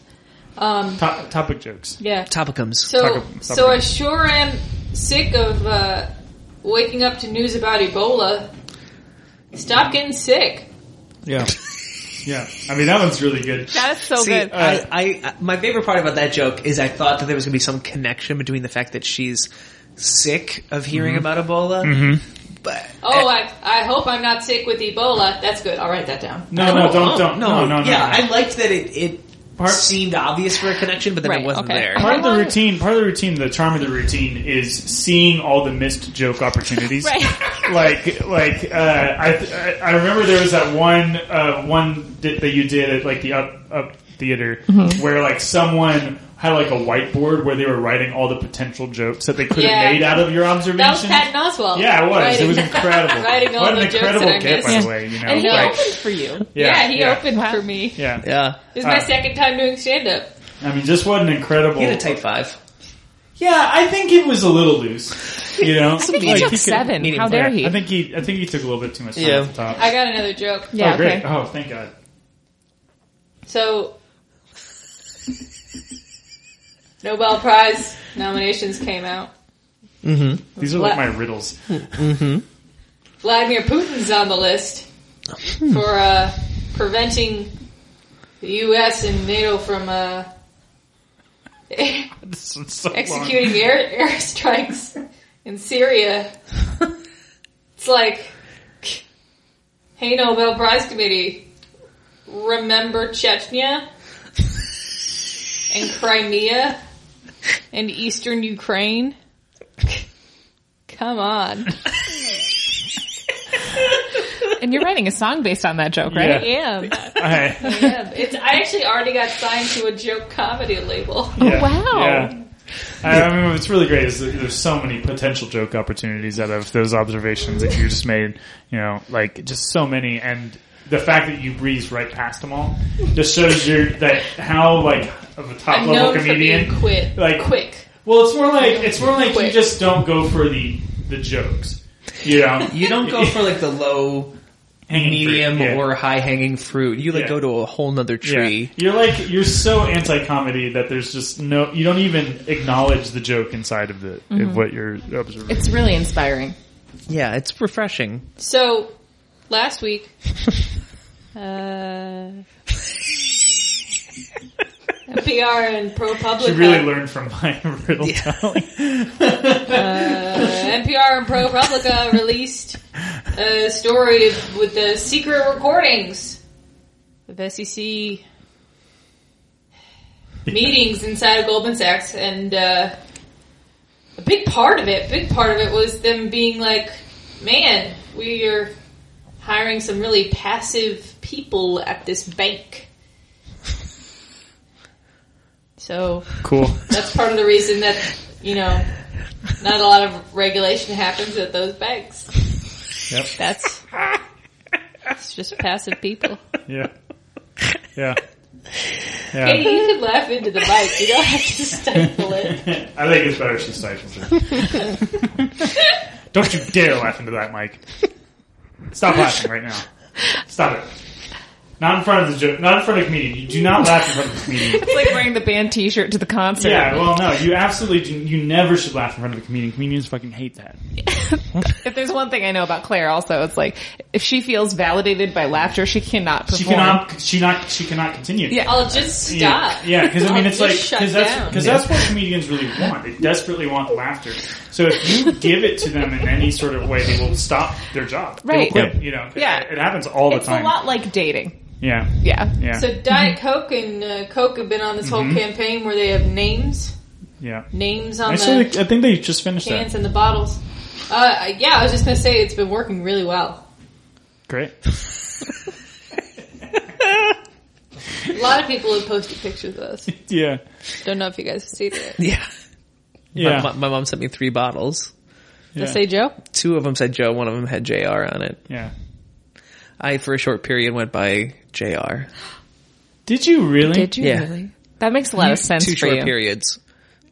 Um.
To- topic jokes.
Yeah.
Topicums.
So,
Talk ab-
so I sure am sick of uh, waking up to news about Ebola. Stop getting sick.
Yeah. Yeah, I mean that one's really good.
That's so
See, uh,
good.
I, I, my favorite part about that joke is I thought that there was going to be some connection between the fact that she's sick of hearing about Ebola, but
Oh,
Eh.
I, I hope I'm not sick with Ebola. That's good. I'll write that down.
No, no,
Oh,
don't, don't, no,
no,
no, no.
yeah,
no.
I liked that it it
Part-
seemed obvious for a connection, but then
Right,
it wasn't
okay.
there.
part of the routine, part of the routine, the charm of the routine is seeing all the missed joke opportunities.
Right.
Like, like uh, I, I, I remember there was that one, uh, one di- that you did at like the up up theater
Mm-hmm.
where like someone had like a whiteboard where they were writing all the potential jokes that they could have
Yeah.
made out of your
That was
observations.
Patton Oswald.
yeah, it was.
Writing-
It was incredible.
writing all
what
the
an
jokes
incredible
that I
bit, by
missed.
the way. You know,
and he
like,
opened for you.
yeah, he
yeah,
opened for me.
Yeah,
Yeah,
It was my
Uh,
second time doing stand up.
I mean, just what an incredible.
he had a type five.
Yeah, I think it was a little loose. You know,
I think he took seven.
meet him
How dare
there.
he?
I think he. I think he took a little bit too much time
Yeah.
at the top.
I got another joke.
yeah.
oh, great.
Okay.
Oh, thank God.
So, Nobel Prize nominations came out.
These are like my
What?
riddles.
Vladimir Putin's on the list for uh, preventing the U.S. and NATO from uh,
This one's so long.
executing air airstrikes in Syria. It's like, hey, Nobel Prize Committee, remember Chechnya and Crimea and eastern Ukraine? Come on.
and you're writing a song based on that joke, right?
Yeah.
I-
Yeah, it's. I actually already got signed to a joke comedy label.
yeah,
wow.
Yeah. I, I mean, what's really great is that there's so many potential joke opportunities out of those observations that you just made. You know, like just so many, and the fact that you breezed right past them all just shows your that how like of a top
I'm
level
known for
comedian
being quit,
like-
quick.
Well, it's more like it's more like you
Quick.
just don't go for the the jokes. You know,
You don't go for like the low,
Hanging fruit,
medium,
yeah.
or high hanging fruit. You like
Yeah.
go to a whole nother tree.
You're like you're so anti comedy that there's just no you don't even acknowledge the joke inside of the of what you're observing.
It's really inspiring.
Yeah, it's refreshing.
So last week, uh, NPR and ProPublica.
You really learned from my riddle telling.
Uh, NPR and ProPublica released a story with the secret recordings of E SEC meetings inside of Goldman Sachs, and uh, a big part of it, big part of it was them being like, "Man, we are hiring some really passive people at this bank." So
Cool.
that's part of the reason that you know not a lot of regulation happens at those banks.
Yep.
That's it's just passive people.
Yeah. Yeah.
Katie,
Yeah.
you can laugh into the mic. You don't have to stifle it.
I think it's better if she stifles it. Don't you dare laugh into that, Mike. Stop laughing right now. Stop it. Not in front of the joke. Not in front of a comedian. You do not laugh in front of a comedian.
It's like wearing the band T-shirt to the concert.
Yeah, well, no, you absolutely do, you never should laugh in front of a comedian. Comedians fucking hate that.
If there's one thing I know about Claire, also, it's like if she feels validated by laughter, she cannot perform.
She cannot. She not. She cannot continue.
Yeah.
I'll just stop.
Yeah, because I mean, it's
I'll
like
just shut
because that's
down.
because that's what comedians really want. They desperately want the laughter. So if you give it to them in any sort of way, they will stop their job. They will
Right.
quit, You know.
Yeah.
It, it happens all the
It's
time.
a lot like dating.
Yeah.
Yeah.
Yeah. Mm-hmm.
So Diet Coke and uh, Coke have been on this whole campaign where they have names,
yeah.
um,
names on
Actually,
the
I think they just finished
cans
that.
and the bottles. Uh, yeah, I was just gonna say it's been working really well.
Great.
A lot of people have posted pictures of us.
Yeah.
Don't know if you guys have seen it.
Yeah.
Yeah.
Uh, My, my mom sent me three bottles.
yeah.
Say Joe.
Two of them said Joe, one of them had JR on it.
yeah.
I, for a short period, went by JR.
Did you really?
Did you
Yeah.
really? That makes a lot of sense
Two
for
short
you.
periods.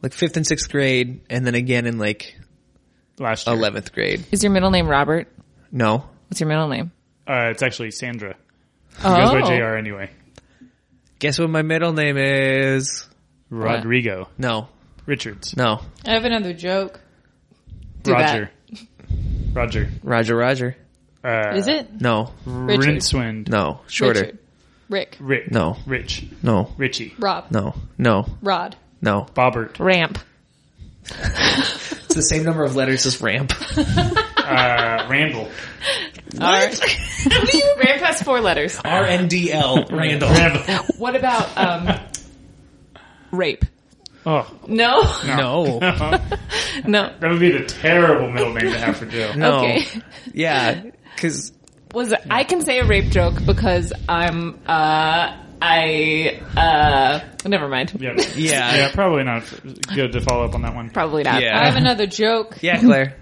Like fifth and sixth grade, and then again in like
Last year.
11th grade.
Is your middle name Robert?
No.
What's your middle name?
Uh, it's actually Sandra. Who goes by
Oh,
Jr. Anyway.
Guess what my middle name is?
Rodrigo
No.
Richards.
No.
I have another joke.
do that.
Roger. Roger.
Roger Roger.
Uh,
Is it
No.
Richard.
Rincewind.
No. Shorter.
Richard. Rick?
Rick.
No.
Rich.
No.
Richie.
Rob?
No. No.
Rod?
No.
Bobbert.
ramp.
It's the same number of letters as ramp.
Uh, Randall.
All right. ramp has four letters.
R N D L. Randall.
Randall.
What about um, rape?
Oh,
No,
No.
that
no.
would be the terrible middle name to have for Joe.
No.
Okay.
Yeah. Cause
Was I can say a rape joke because I'm uh I uh never mind.
Yeah.
yeah.
Yeah, probably not good to follow up on that one.
Probably not.
I
Yeah.
have another joke.
Yeah, Claire.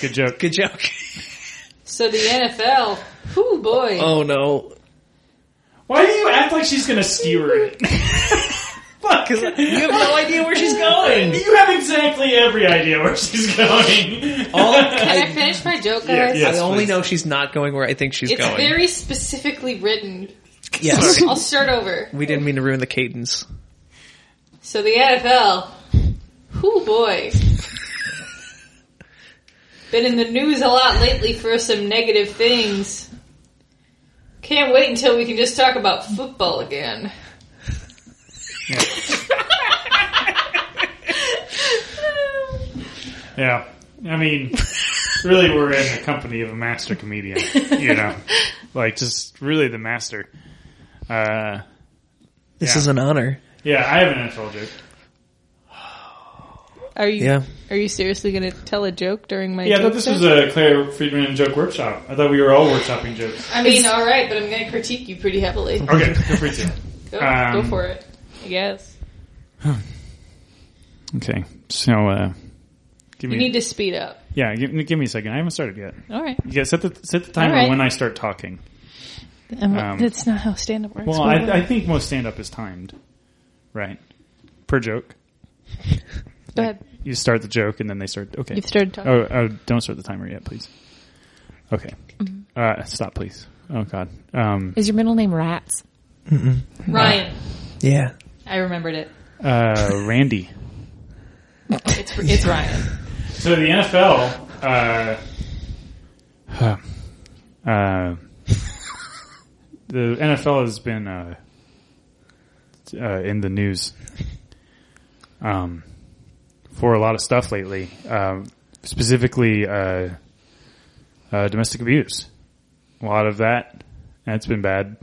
Good joke.
Good joke.
So the NFL. Whoo boy.
Oh no.
Why do you act like she's gonna skewer it? Fuck.
You have no idea where she's going.
You have exactly every idea where she's going.
All
Can I,
I,
finish my joke,
Yeah,
guys?
yeah.
I only
please.
know she's not going where I think she's
It's
going.
very specifically written.
yes.
I'll start over.
we didn't mean to ruin the cadence.
So the NFL. Whoo boy. Been in the news a lot lately for some negative things. Can't wait until we can just talk about football again.
Yeah. I mean, really, we're in the company of a master comedian. You know, like just really the master. Uh,
This
Yeah.
is an honor.
yeah, I have an NFL joke.
Are you
Yeah.
are you seriously going to tell a joke during my
Yeah, I thought this was a Claire Friedman joke workshop. I thought we were all workshopping jokes.
I mean, all right, but I'm going to critique you pretty heavily.
Okay, feel free to.
Go,
Um,
go for it. I guess.
Okay, so uh, give
You
me
need to speed up.
yeah, give, give me a second. I haven't started yet.
All right.
You guys set the set the timer
All right.
when I start talking.
Um,
Um,
that's not how stand up works.
Well,
What would-
I, I think most stand up is timed, right? Per joke,
go ahead.
you start the joke and then they start. Okay,
You've started talking.
Oh, oh, don't start the timer yet, please. Okay,
Mm-hmm.
uh, stop, please. Oh God. Um,
Is your middle name Rats?
Ryan,
Yeah.
I remembered it.
uh, Randy.
It's it's Ryan.
So the NFL, uh, uh, the NFL has been uh, uh, in the news um, for a lot of stuff lately, um, specifically uh, uh, domestic abuse. A lot of that, and it's been bad.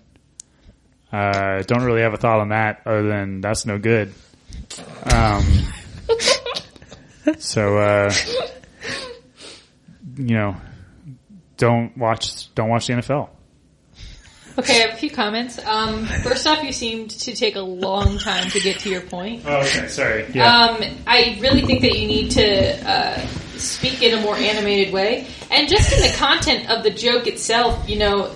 Uh, don't really have a thought on that other than that's no good. Um, so uh, you know, don't watch don't watch the NFL.
Okay, I have a few comments. Um, first off, you seemed to take a long time to get to your point.
Oh, okay, sorry.
Um, I really think that you need to uh, speak in a more animated way. And just in the content of the joke itself, you know,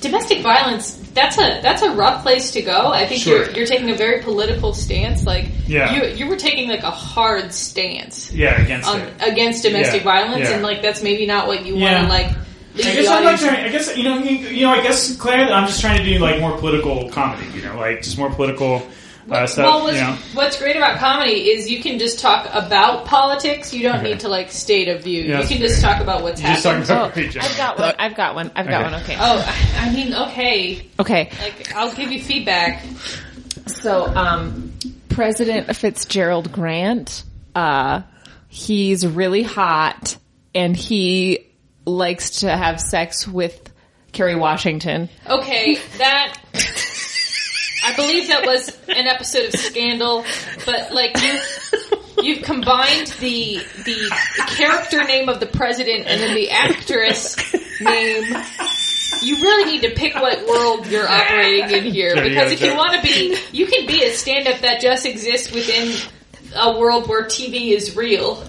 domestic violence that's a that's a rough place to go. I think
Sure.
you're you're taking a very political stance. Like
Yeah.
you you were taking like a hard stance
yeah, against
on
it.
um, against domestic
Yeah.
violence
Yeah.
and like that's maybe not what you
Yeah.
want to like leave
I guess
the
I'm not
audience
trying. I guess you know, you, you know. I guess Claire, I'm just trying to do like more political comedy. You know, like just more political uh, stuff.
Well, what's,
you know.
what's great about comedy is you can just talk about politics. You don't need to like state a view.
Yeah,
you can
that's
just talk about what's
You're just talking
happening.
Oh,
about great
I've
general.
got one. I've got one. I've got
Okay.
one. Okay.
Oh, I- I mean, okay.
Okay.
Like, I'll give you feedback.
So, um, President Fitzgerald Grant, uh, he's really hot and he likes to have sex with Kerry Washington.
Oh, Okay, that. I believe that was an episode of Scandal, but like you, you've combined the the character name of the president and then the actress name. You really need to pick what world you're operating in here,
There you
because
go,
if you
Jack.
want to be, you can be a stand-up that just exists within a world where TV is real.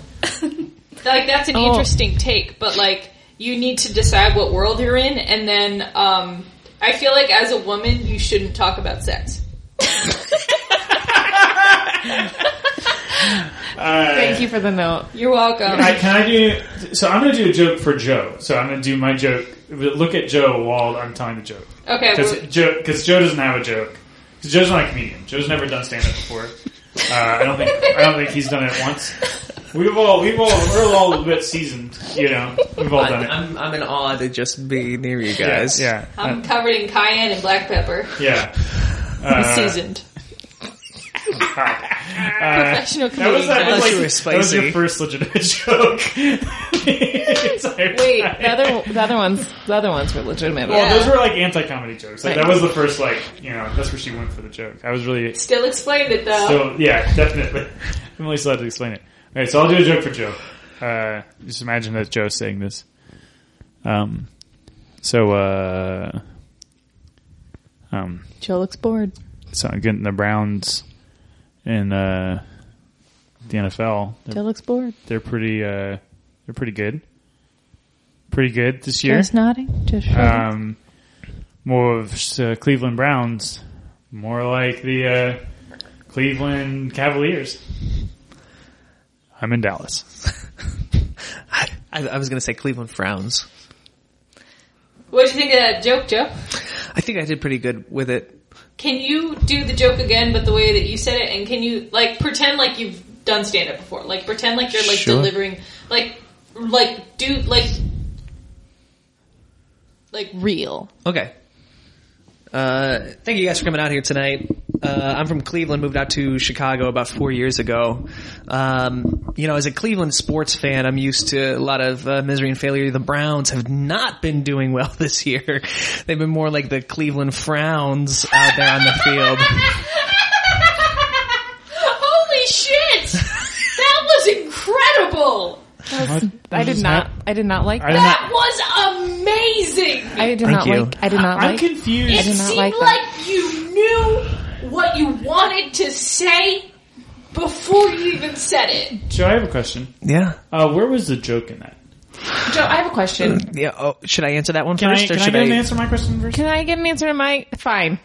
like that's an
Oh.
interesting take, but like you need to decide what world you're in, and then um, I feel like as a woman you shouldn't talk about sex.
Thank you for the note.
You're welcome.
I, Uh, can I do? So I'm going to do a joke for Joe. So I'm going to do my joke. Look at Joe while I'm telling the joke.
Okay,
Because
we're-
Joe, 'cause Joe doesn't have a joke. 'Cause Joe's not a comedian. Joe's never done stand up before. Uh, I don't think I don't think he's done it once. We've all we've all we're all a bit seasoned. You know, we've all done
I'm,
it.
I'm, I'm in awe to just be near you
Yeah,
guys.
yeah, Uh,
I'm covered in cayenne and black pepper.
yeah.
I'm
Uh,
seasoned. Professional
That was,
comedian.
that, was
Unless
like,
you were
that was your
spicy.
first legitimate joke. It's like-
Wait, the other, the other ones, the other ones were legitimate.
Well,
Yeah.
those were like anti-comedy jokes. Like,
Right.
that was the first, like, you know, that's where she went for the joke. I was really
Still explained it though.
so yeah, definitely. I'm really still have to explain it. All right, so I'll do a joke for Joe. Uh, just imagine that Joe's saying this. Um, so uh, um,
Joe looks bored.
so getting the Browns in uh, the NFL. They're
Joe looks bored.
they're pretty uh they're pretty good. Pretty good this year.
Joe's nodding. Just
Um more of uh, Cleveland Browns, more like the uh Cleveland Cavaliers. I'm in Dallas.
I, I was going to say Cleveland frowns.
What do you think of that joke, Joe?
I think I did pretty good with it.
Can you do the joke again, but the way that you said it? And can you like pretend like you've done stand up before? Like pretend like you're like
Sure.
delivering, like like do like like
real.
Okay. Uh, thank you guys for coming out here tonight. Uh, I'm from Cleveland, moved out to Chicago about four years ago. Um, you know, as a Cleveland sports fan, I'm used to a lot of uh, misery and failure. The Browns have not been doing well this year. They've been more like the Cleveland frowns out there on the field.
Holy shit! That was incredible!
I did not. I did not like.
I
That.
don't
That
know.
was amazing!
I did
Thank
not
you.
like. I did not
I'm
like. I
It
confused.
did not
seemed
like
like,
that.
you knew what you wanted to say before you even said it.
Joe, I have a question.
Yeah.
Uh where was the joke in that?
Joe, I have a question.
Mm.
Yeah. Oh, should I answer that one
Can
first,
I
or
can I
should
get an answer to my question first?
Can I get an answer to my? Fine.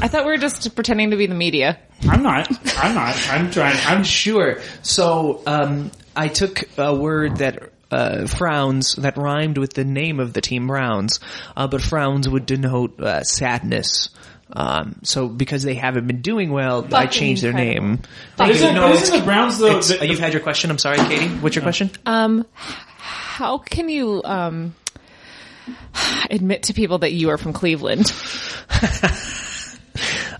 I thought we were just pretending to be the media.
I'm not. I'm not. I'm trying I'm
Uh, Sure. So um, I took a word that uh, frowns that rhymed with the name of the team Browns, uh, but frowns would denote uh, sadness. Um, so because they haven't been doing well, I
Fucking
changed their
incredible.
name.
but
Thank you.
isn't,
No,
but
it's-
isn't Oh. the Browns though
it's-
the,
uh, you've had your question. I'm sorry, Katie. What's your question?
Um, how can you um admit to people that you are from Cleveland?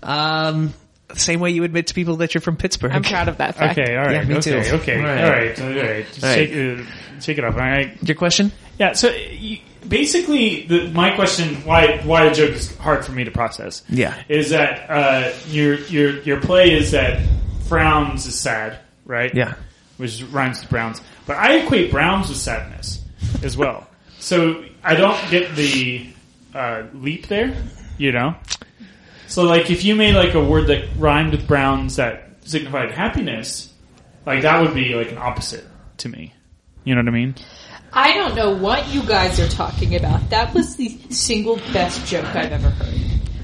Um, same way you admit to people that you're from Pittsburgh.
I'm proud of that fact.
Okay, all right.
Yeah, me too.
okay, okay. All
All right.
right. All right. Just
All right.
Shake, uh, shake it off. All right.
Your question?
Yeah. So you, basically, the, my question why why the joke is hard for me to process.
Yeah.
is that uh, your your your play is that frowns is sad, right?
Yeah.
which rhymes with Browns. But I equate Browns with sadness as well. so I don't get the uh, leap there. You know. So like, if you made like a word that rhymed with Browns that signified happiness, like that would be like an opposite to me. You know what I mean?
I don't know what you guys are talking about. That was the single best joke I've ever heard.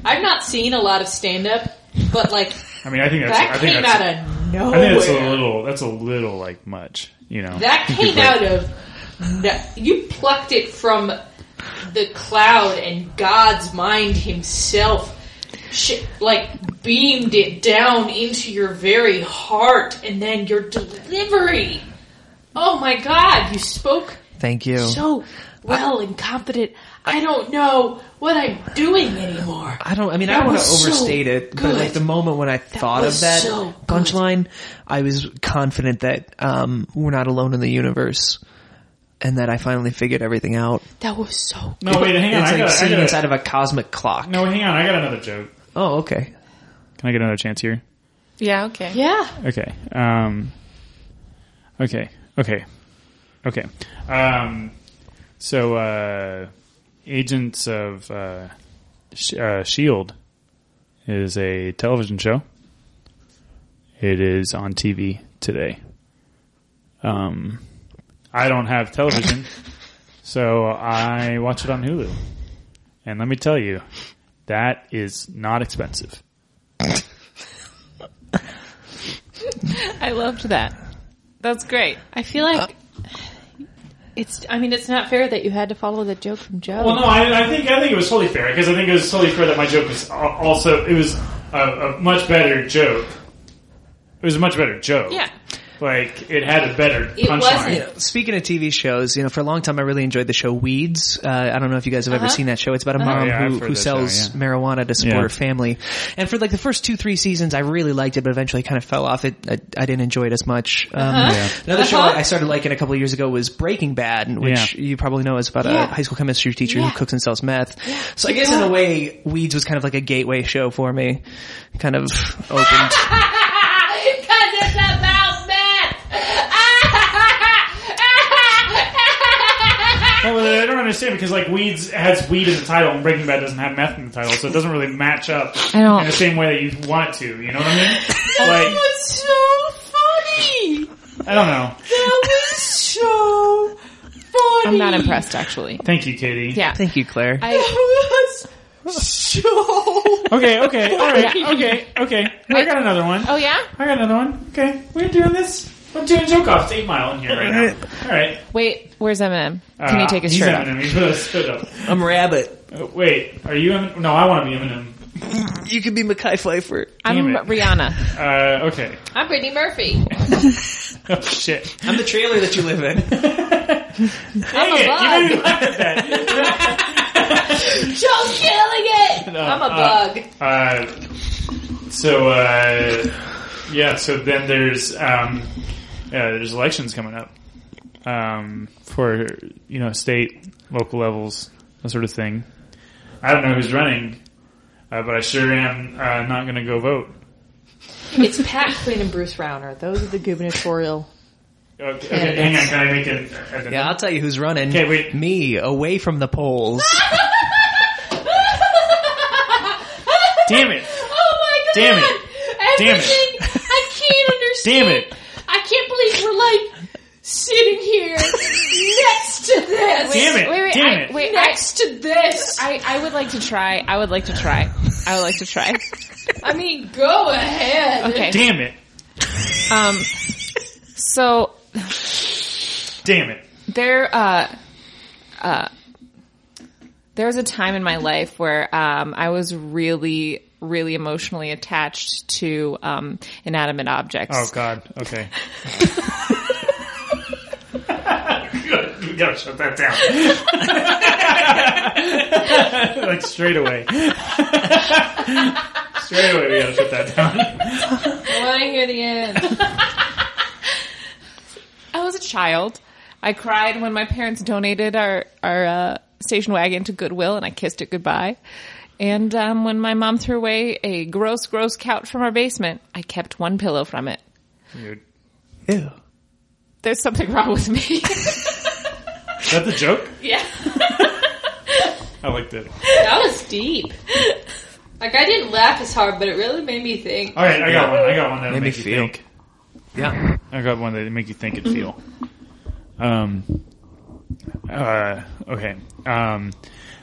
I've not seen a lot of stand up, but like
I mean, I think that's.
that
I think
came
that's,
out of
I think that's a
nowhere.
little. That's a little like much. You know.
That came out of no- you plucked it from the cloud and God's mind himself sh- like beamed it down into your very heart and then your delivery. Oh my god, you spoke
Thank you.
so well and confident. I don't know what I'm doing anymore.
I don't. I mean, I
That
don't want to
was so
overstate it, but
good.
at the moment when I thought of
was
that
so good.
punchline, I was confident that um, we're not alone in the universe, and that I finally figured everything out.
That was so
No, wait, hang on.
it's
I
like
got, I
sitting
got,
inside of a cosmic clock.
No, hang on. I got another joke.
Oh, okay.
Can I get another chance here?
Yeah, okay.
Yeah.
Okay. Um, okay. Okay. Okay. Um, so, uh, Agents of uh, Sh- uh, Shield is a television show. It is on TV today. Um, I don't have television, so I watch it on Hulu. And let me tell you, that is not expensive.
I loved that. That's great.
I feel like it's. I mean, it's not fair that you had to follow the joke from Joe.
Well, no, I, I think I think it was totally fair because I think it was totally fair that my joke was al- also it was a, a much better joke. It was a much better joke.
Yeah.
like it had a better
It
punchline.
wasn't.
You know, speaking of TV shows, you know, for a long time I really enjoyed the show Weeds. Uh, I don't know if you guys have ever
Uh-huh.
seen that show. It's about a mom
Yeah, I've
who,
heard
who
that show,
sells
yeah.
marijuana to support
Yeah.
her family. And for like the first two, three seasons, I really liked it, but eventually kind of fell off. It, I, I didn't enjoy it as much. Um,
Yeah.
Another show
Uh-huh.
I started liking a couple of years ago was Breaking Bad, which
Yeah.
you probably know is about
Yeah.
a high school chemistry teacher
Yeah.
who cooks and sells meth. So I guess in a way, Weeds was kind of like a gateway show for me. Kind of opened.
Because it's about math.
Well, I don't understand because like weeds has weed in the title and Breaking Bad doesn't have meth in the title, so it doesn't really match up
I don't-
in the same way that you want it to. You know what I mean?
That was so funny.
Like I don't know.
That was so funny.
I'm not impressed, actually.
Thank you, Katie.
Yeah.
Thank you, Claire.
That was so.
Okay. Okay. All right. Okay. Okay. I got another one.
Oh yeah?
I got another one. Okay. We're doing this. We're doing joke offs. Eight mile in here right now. All right.
Wait, where's Eminem? Can you take his
Uh, he's
shirt off?
Eminem. He's put his hood up.
I'm Rabbit.
Uh, Wait, are you Eminem? No, I want to be Eminem.
You could be Mackay Pfeiffer.
I'm
Damn it.
Rihanna.
Uh, okay.
I'm Brittany Murphy.
Oh, shit.
I'm the trailer that you live in.
Dang
a
it,
bug.
you made me laugh at that.
Joe's killing it.
No,
I'm a
uh,
bug.
Uh, so, uh, yeah, so then there's, um, yeah, there's elections coming up. Um, for, you know, state, local levels, that sort of thing. I don't know who's running, uh, but I sure am, uh, not gonna go vote.
It's Pat Quinn and Bruce Rauner. Those are the gubernatorial.
Okay, okay, hang on, can I make an an-
Yeah, I'll tell you who's running.
Okay, wait.
Me, away from the polls.
Damn it!
Oh my god!
Damn it. Damn it.
Everything I can't understand.
Damn it!
I can't believe we're like sitting here next to this.
Damn it!
Wait, wait,
Damn
I,
it!
wait, I,
Next to this. I,
I, I would like to try. I would like to try. I would like to try.
I mean, go ahead.
Okay.
Damn it!
Um so
Damn it!
there uh uh there was a time in my life where um I was really really emotionally attached to um inanimate objects.
Oh God. Okay. Good. We gotta shut that down. like straight away. straight away, we gotta shut that down.
I want to hear the end.
I was a child. I cried when my parents donated our our uh, station wagon to Goodwill, and I kissed it goodbye. And um, when my mom threw away a gross, gross couch from our basement, I kept one pillow from it.
Dude.
Ew.
There's something wrong with me.
Is that the joke?
Yeah,
I liked it.
that was deep. Like I didn't laugh as hard, but it really made me think.
All right, I got one. I got one that'll
Made me
make you
feel.
think.
Yeah.
I got one that make you think and feel. Um, uh, okay. Um,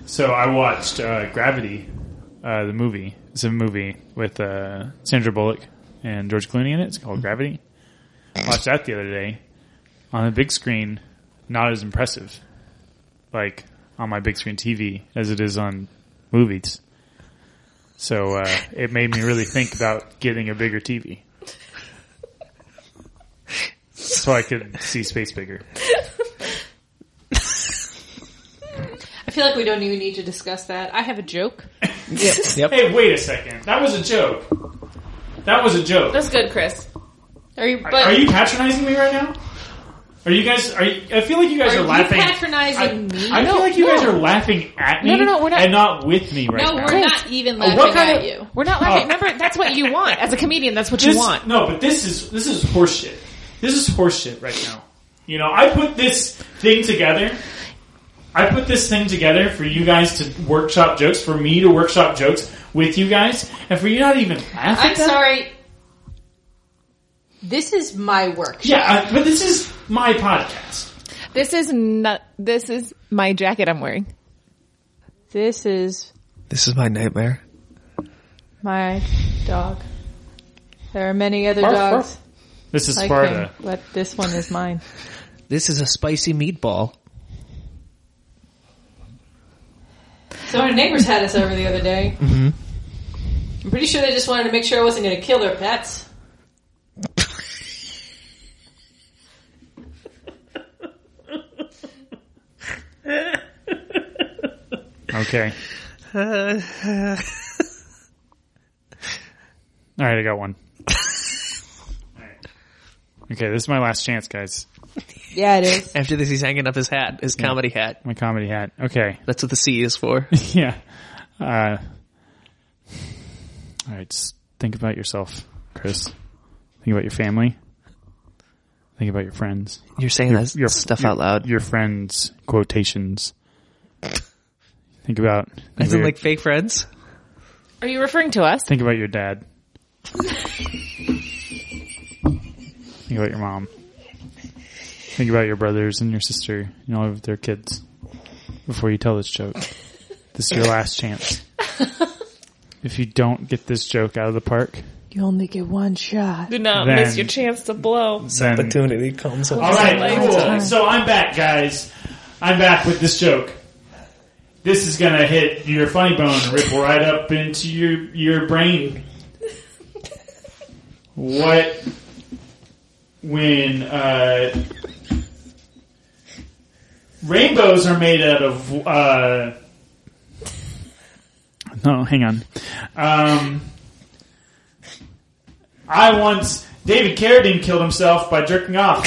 so I watched uh, Gravity, uh, the movie. It's a movie with uh, Sandra Bullock and George Clooney in it. It's called Gravity. Watched that the other day on the big screen. Not as impressive, like on my big screen TV, as it is on movies. So uh, it made me really think about getting a bigger TV. So I could see space bigger.
I feel like we don't even need to discuss that. I have a joke.
Yep.
Hey, wait a second. That was a joke. That was a joke.
That's good, Chris. Are you? But
are you patronizing me right now? Are you guys? Are you, I feel like you guys
Are
are,
you
laughing.
patronizing
I,
me?
I
No,
feel like you guys
no.
are laughing at me.
No, no, no, we're not-
And not with me right
no,
now.
we're not even laughing
Oh, what kind
at
of-
you.
We're not laughing. Remember, that's what you want as a comedian. That's what you
This-
want.
No, but this is this is horseshit. This is horseshit right now. You know, I put this thing together. I put this thing together for you guys to workshop jokes, for me to workshop jokes with you guys, and for you not even laugh.
I'm
at them?
sorry. This is my work.
Yeah, I, but this is my podcast.
This is not. This is my jacket I'm wearing.
This is
This is my nightmare.
my dog. There are many other
Barf,
dogs.
This is
like
Sparta.
him, but this one is mine.
This is a spicy meatball.
So our neighbors had us over the other day. Mm-hmm. I'm pretty sure they just wanted to make sure I wasn't going to kill their pets.
Okay. All right, I got one. Okay, this is my last chance, guys.
Yeah, it is.
After this, he's hanging up his hat, his comedy hat.
My comedy hat. Okay.
That's what the C is for.
Yeah. Uh, all right. Just think about yourself, Chris. Think about your family. Think about your friends.
You're saying that
your
stuff
your-
out loud.
Your friends' quotations. Think about. Think
Is
about
it
your-
like fake friends?
Are you referring to us?
Think about your dad. Think about your mom. Think about your brothers and your sister and all of their kids before you tell this joke. This is your last chance. If you don't get this joke out of the park,
You only get one shot.
Do not
Then-
miss your chance to blow.
then
Opportunity comes.
all right, cool. So I'm back, guys. I'm back with this joke. This is gonna hit your funny bone and rip right up into your your brain. What when uh, rainbows are made out of? Uh, no, hang on. Um, I once David Carradine killed himself by jerking off.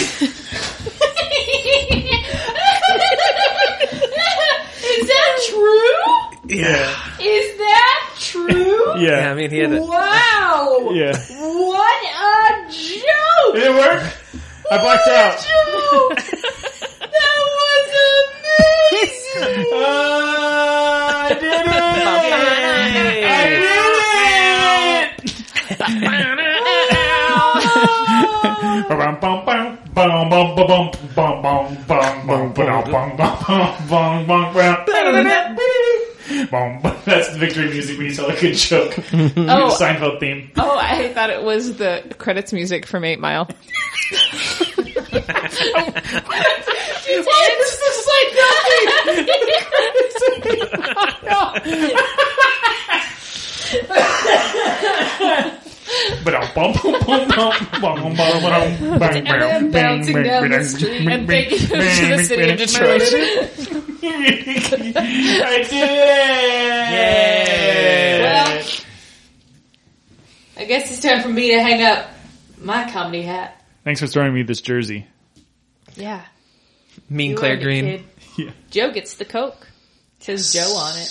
is that true?
Yeah.
Is that true?
Yeah, I
Yeah.
mean, he had a,
Wow!
Yeah.
What a joke!
Did it work? I blacked out.
joke! that was amazing!
Ah, I did it! I did it! Bum, bum, bum, bum, bum, bum, bum, bum, bum, bum, bum, bum, bum, bum, bum, bum. Bum. That's the victory music when you tell a good joke.
Oh,
Seinfeld theme.
oh, I thought it was the credits music from Eight Mile.
It's just like nothing!
Bum, bum, bum, bum, bum, bum, bum, bum, bum,
then bouncing down the street
and taking it to the city of Detroit.
I did it!
Well, I guess it's time for me to hang up my comedy hat.
Thanks for throwing me this jersey.
Yeah.
mean
you
Claire
earned it,
Green.
kid.
Yeah.
Joe gets the Coke. It says Joe on it.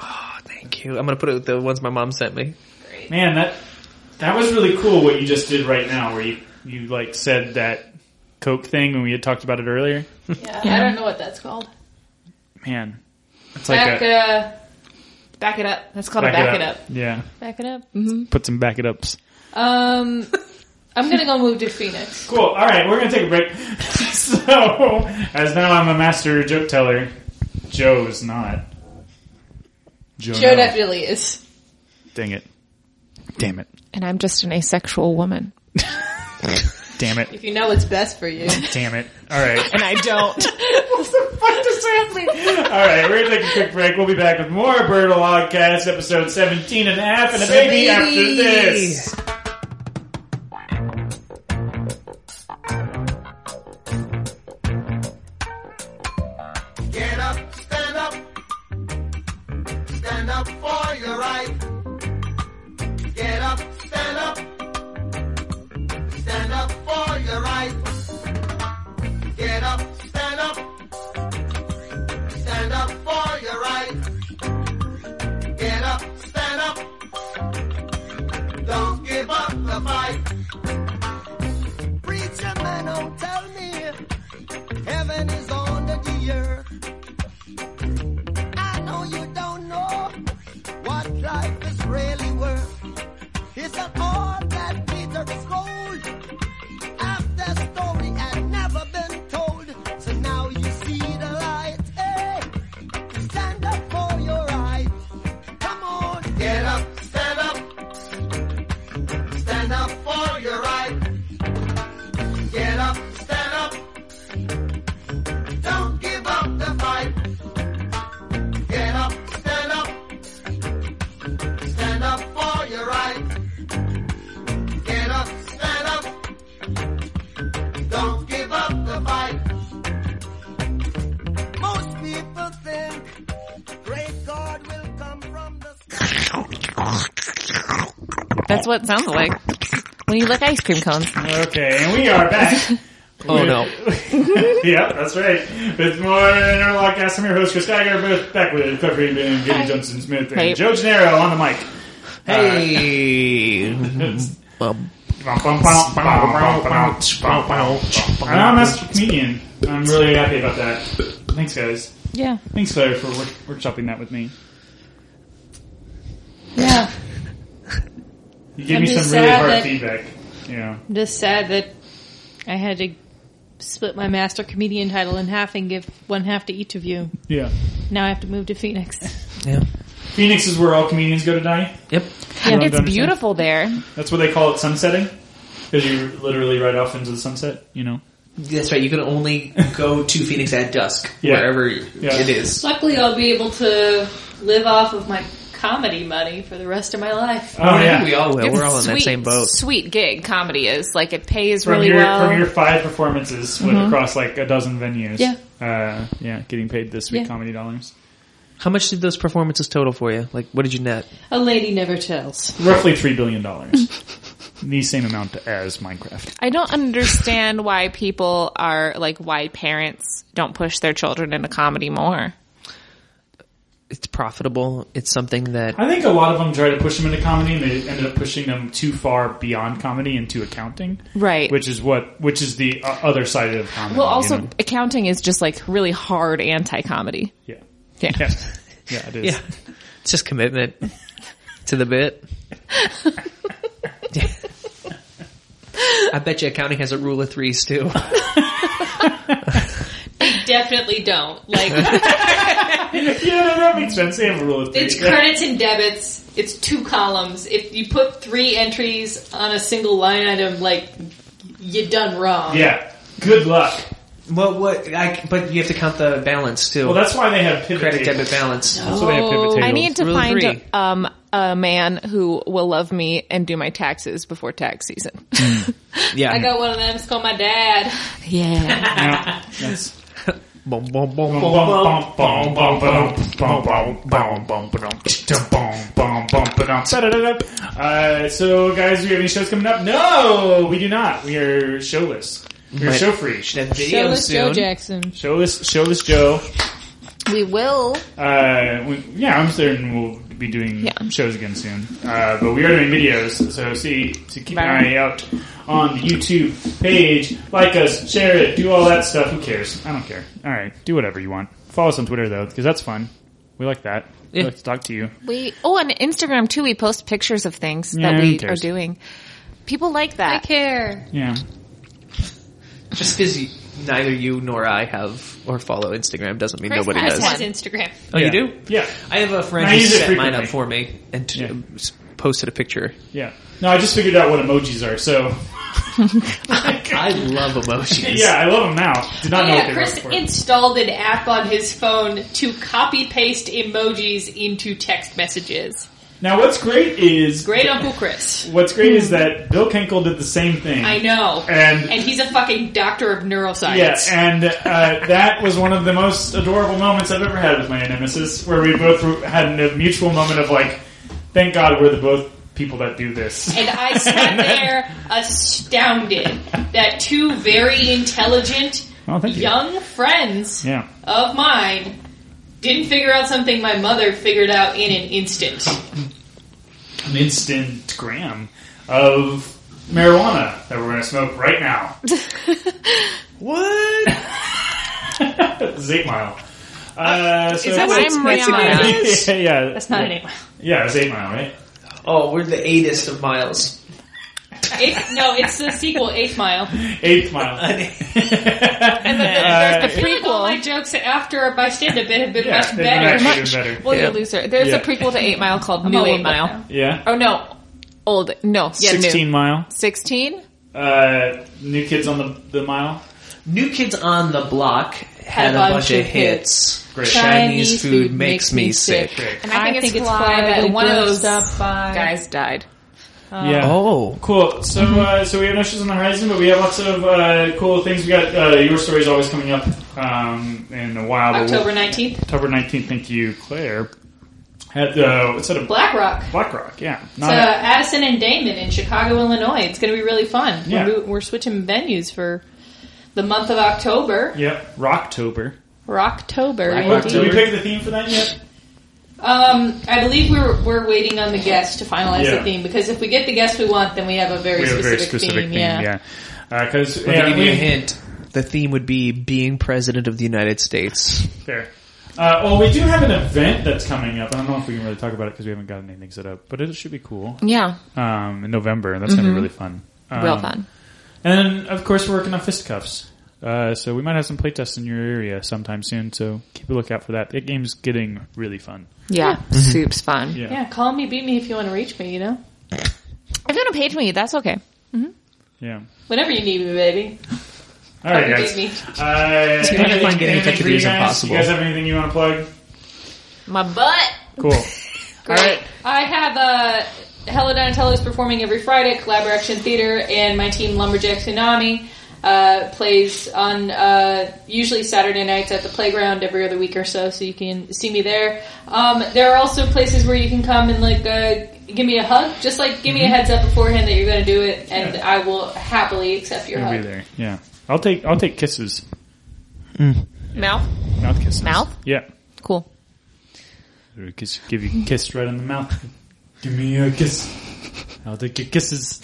Oh, thank you. I'm gonna put it with the ones my mom sent me.
Great.
Man, that that was really cool what you just did right now where you, you like said that Coke thing when we had talked about it earlier.
Yeah, I don't know what that's called.
Man. It's
Back,
like a
uh,
Back it up. That's called a back it up.
Yeah.
back it up.
Put some back it ups.
Um, I'm gonna go move to Phoenix.
Cool. All right, we're gonna take a break. so, as now I'm a master joke teller. Joe is not. Joe.
Joe
no.
definitely is.
Dang it. Damn it.
And I'm just an asexual woman.
Damn it.
If you know what's best for you.
Damn it. All right.
And I don't.
What does that mean? All right, we're gonna take a quick break. We'll be back with more Bird Logcast episode 17 and a half and a baby after this.
Get up, stand up. Stand up for your right. Get up, stand up. Stand up for your right. Get up, stand up. Stand up for your right. Get up, stand up. Don't give up the fight. Preacher man, don't tell me heaven is under the earth. I know you don't know what life is really worth. It's an old that Peter Scold. After story had never been told. So now you see the light. Hey, stand up for your right. Come on, get up, stand up. Stand up for your right. Get up, stand up. Don't give up the fight. Get up, stand up. Stand up for your right. Get up, stand up. Don't give up the fight. Most people think great God will come from the sky.
That's what it sounds like when you lick ice cream cones.
Okay, and we are back.
Oh no.
yep, that's right. With more Interlogcast, I'm your host Chris Geiger, both back with Cliff Reedman and Giddy Johnson Smith and
Hey.
Joe Gennaro on the mic.
Hey. Um,
And I'm a master comedian. I'm really happy about that. Thanks, guys.
Yeah.
Thanks, Claire, for work- workshopping that with me.
Yeah.
You gave
I'm
me
just
some really
sad
hard
that-
feedback. Yeah.
I'm just sad that I had to split my master comedian title in half and give one half to each of you.
Yeah.
Now I have to move to Phoenix.
yeah.
Phoenix is where all comedians go to die.
Yep.
Everyone
It's
understand?
beautiful there.
That's what they call it sunsetting. Because you literally right off into the sunset, you know?
That's right. You can only go to Phoenix at dusk,
Yeah.
wherever it is.
Luckily, I'll be able to live off of my comedy money for the rest of my life.
Oh, yeah.
We all will.
It's
We're all
a
in
sweet,
that same boat.
Sweet gig comedy is like it pays
from
really
your
well.
from your five performances with across like a dozen venues.
Mm-hmm. Yeah.
uh, yeah, getting paid this week
Yeah.
comedy dollars,
How much did those performances total for you? Like, what did you net?
A lady never tells.
roughly three billion dollars. the same amount as Minecraft.
I don't understand why people are like why parents don't push their children into comedy more.
It's profitable. It's something that
I think a lot of them tried to push them into comedy, and they ended up pushing them too far beyond comedy into accounting.
Right.
Which is what, which is the uh, other side of comedy.
well, also
you know?
accounting is just like really hard anti-comedy.
yeah,
Yeah.
yeah, yeah, it is.
yeah, it's just commitment to the bit. I bet you accounting has a rule of threes too.
Definitely don't. Like,
Yeah, no, that makes sense. They have a rule of three.
it's
Yeah.
credits and debits. It's two columns. If you put three entries on a single line item, like, you're done wrong.
Yeah, good luck.
Well, what? I, but you have to count the balance too.
Well, that's why they have pivot
credit
tables.
debit balance.
That's why they have pivot
Oh.
tables.
I need to
Rule
find
three.
a, um, a man who will love me and do my taxes before tax season.
Mm.
Yeah.
I got one of them. It's called my dad.
yeah.
Yeah, that's-
Boom, boom, boom, boom.
Uh, so, guys, do you have any shows coming up? No, we do not. We are showless. We're
Right.
show free.
That video soon.
Jackson.
Showless, showless Joe.
We will.
Uh, we, yeah, I'm certain we'll be doing
Yeah.
shows again soon. Uh, but we are doing videos, so see, so keep an eye out on the YouTube page. Like us, share it, do all that stuff. Who cares? I don't care. All right, do whatever you want. Follow us on Twitter though, because that's fun. We like that. We
Yeah.
like to talk to you.
We oh, and Instagram too. We post pictures of things
Yeah,
that
who
we
cares?
are doing.
People like
I
that.
care.
Yeah.
Just because neither you nor I have or follow Instagram doesn't mean
Chris
nobody
has
does.
one.
Has Instagram.
Oh,
Yeah.
you do?
Yeah.
I have a friend
I
who
use it
set mine
frequently.
up for me and t- uh,
Yeah.
s- posted a picture.
Yeah. No, I just figured out what emojis are. So
I love emojis.
yeah, I love them now. Did not know what
Oh, yeah,
they
Chris
were. before.
installed an app on his phone to copy paste emojis into text messages.
Now, what's great is
Great Uncle Chris.
what's great is that Bill Kenkel did the same thing.
I know.
And-
and he's a fucking doctor of neuroscience.
Yeah, and uh, that was one of the most adorable moments I've ever had with my nemesis, where we both were- had a mutual moment of like, "Thank God we're the both people that do this."
And I sat there astounded that two very intelligent
Oh, thank you.
young friends
Yeah.
of mine didn't figure out something my mother figured out in an instant.
an instant gram of marijuana that we're going to smoke right now.
What?
It's eight mile. Uh, so
Is that
what
I'm
it's- that's
Rihanna.
what it is?
yeah, yeah,
That's not an eight mile.
Yeah, it's eight mile, right?
Oh, we're the eightest of miles.
Eighth, no, it's the sequel, Eighth Mile.
Eighth mile.
And then
Uh,
there's the prequel. All my jokes after by stand up have been
Yeah,
much
they've been
better.
actually been better.
Well,
Yeah.
you loser. There's
Yeah.
a prequel to Eight Mile called New
old
Eight
by
Mile.
now.
Yeah.
Oh no, old no, yeah,
Sixteen
new.
mile.
Sixteen.
Uh, new kids on the the mile.
New Kids on the Block
Had
had, a bunch of hits.
Great.
Chinese, food makes me sick.
Great.
And I think it's Fly that one of those guys died.
uh,
yeah.
Oh,
Cool. So, uh, so we have no shows on the horizon, but we have lots of uh, cool things. We got uh, your story is always coming up um, in a while. but we'll-
October 19th,
October nineteenth. Thank you, Claire. At the what's that? A
Black Rock.
BlackRock. Yeah.
It's
Not
uh,
a-
Addison and Damon in Chicago, Illinois. It's going to be really fun.
Yeah.
We're, we're switching venues for the month of October.
Yep, Rocktober.
Rocktober.
Black
Did we
Rocktober.
indeed.
pick the theme for that yet?
Um, I believe we're, we're waiting on the guest to finalize
Yeah.
the theme because if we get the guest we want, then we have a very, specific, theme. yeah.
Because
Let me give you a hint. The theme would be being president of the United States.
fair. Uh, well, we do have an event that's coming up. I don't know if we can really talk about it because we haven't gotten anything set up, but it should be cool.
Yeah,
Um, in November, that's gonna be really fun. Um,
Mm-hmm. real fun.
And of course, we're working on fisticuffs. Uh, so we might have some playtests in your area sometime soon. So keep a lookout for that. That game's getting really fun.
Yeah, Mm-hmm. soup's fun.
Yeah.
Yeah, call me, beat me if you want to reach me, you know?
If you want to page me, that's okay.
Yeah.
Whenever you need me, baby.
All right,
Call me,
guys.
beat me.
Uh,
It's kind of fun getting in touch with you as impossible.
You guys have anything you want to plug?
My butt.
Cool. All right.
I have uh, Hella Donatello is performing every Friday at Collaboration Theater, and my team Lumberjack Tsunami uh, plays on uh, usually Saturday nights at the playground every other week or so, so you can see me there. Um, there are also places where you can come and like uh, give me a hug, just like give me
Mm-hmm.
a heads up beforehand that you're going to do it, and I will happily accept your
We'll be
hug.
there. Yeah. I'll take I'll take kisses.
Mouth.
Mouth kisses.
Mouth?
Yeah.
Cool.
We kiss- give you a kiss right in the mouth. Give me a kiss. I'll take your kisses.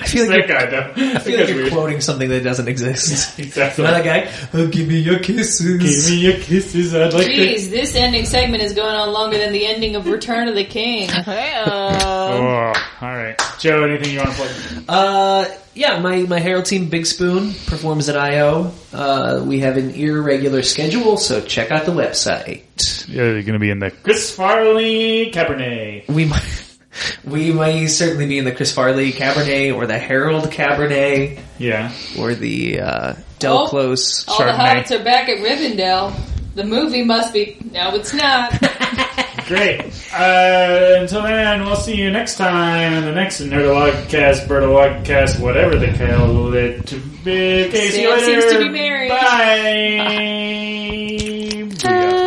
I feel
That
like you're,
guy though.
I feel like you're quoting something that doesn't exist.
Exactly.
Another guy, oh, give me your kisses.
Give me your kisses. I'd like to.
Jeez, this ending segment is going on longer than the ending of Return of the King.
Oh, all right, Joe. Anything you want to plug?
Uh, yeah, my, my Herald team, Big Spoon, performs at I.O. Uh, we have an irregular schedule, so check out the website.
Yeah, you're gonna be in the Chris Farley Cabernet.
We might, we may certainly be in the Chris Farley Cabernet, or the Herald Cabernet,
Yeah.
or the uh, Del
Oh.
Close.
All the
Chardonnay.
hobbits are back at Rivendell. The movie must be. No, it's not.
Great. Uh, until then, we'll see you next time in the next Nerdalogcast, Birdalogcast, whatever the hell it to be. Okay, see you
Sam
later.
seems to be married.
Bye. Booyah.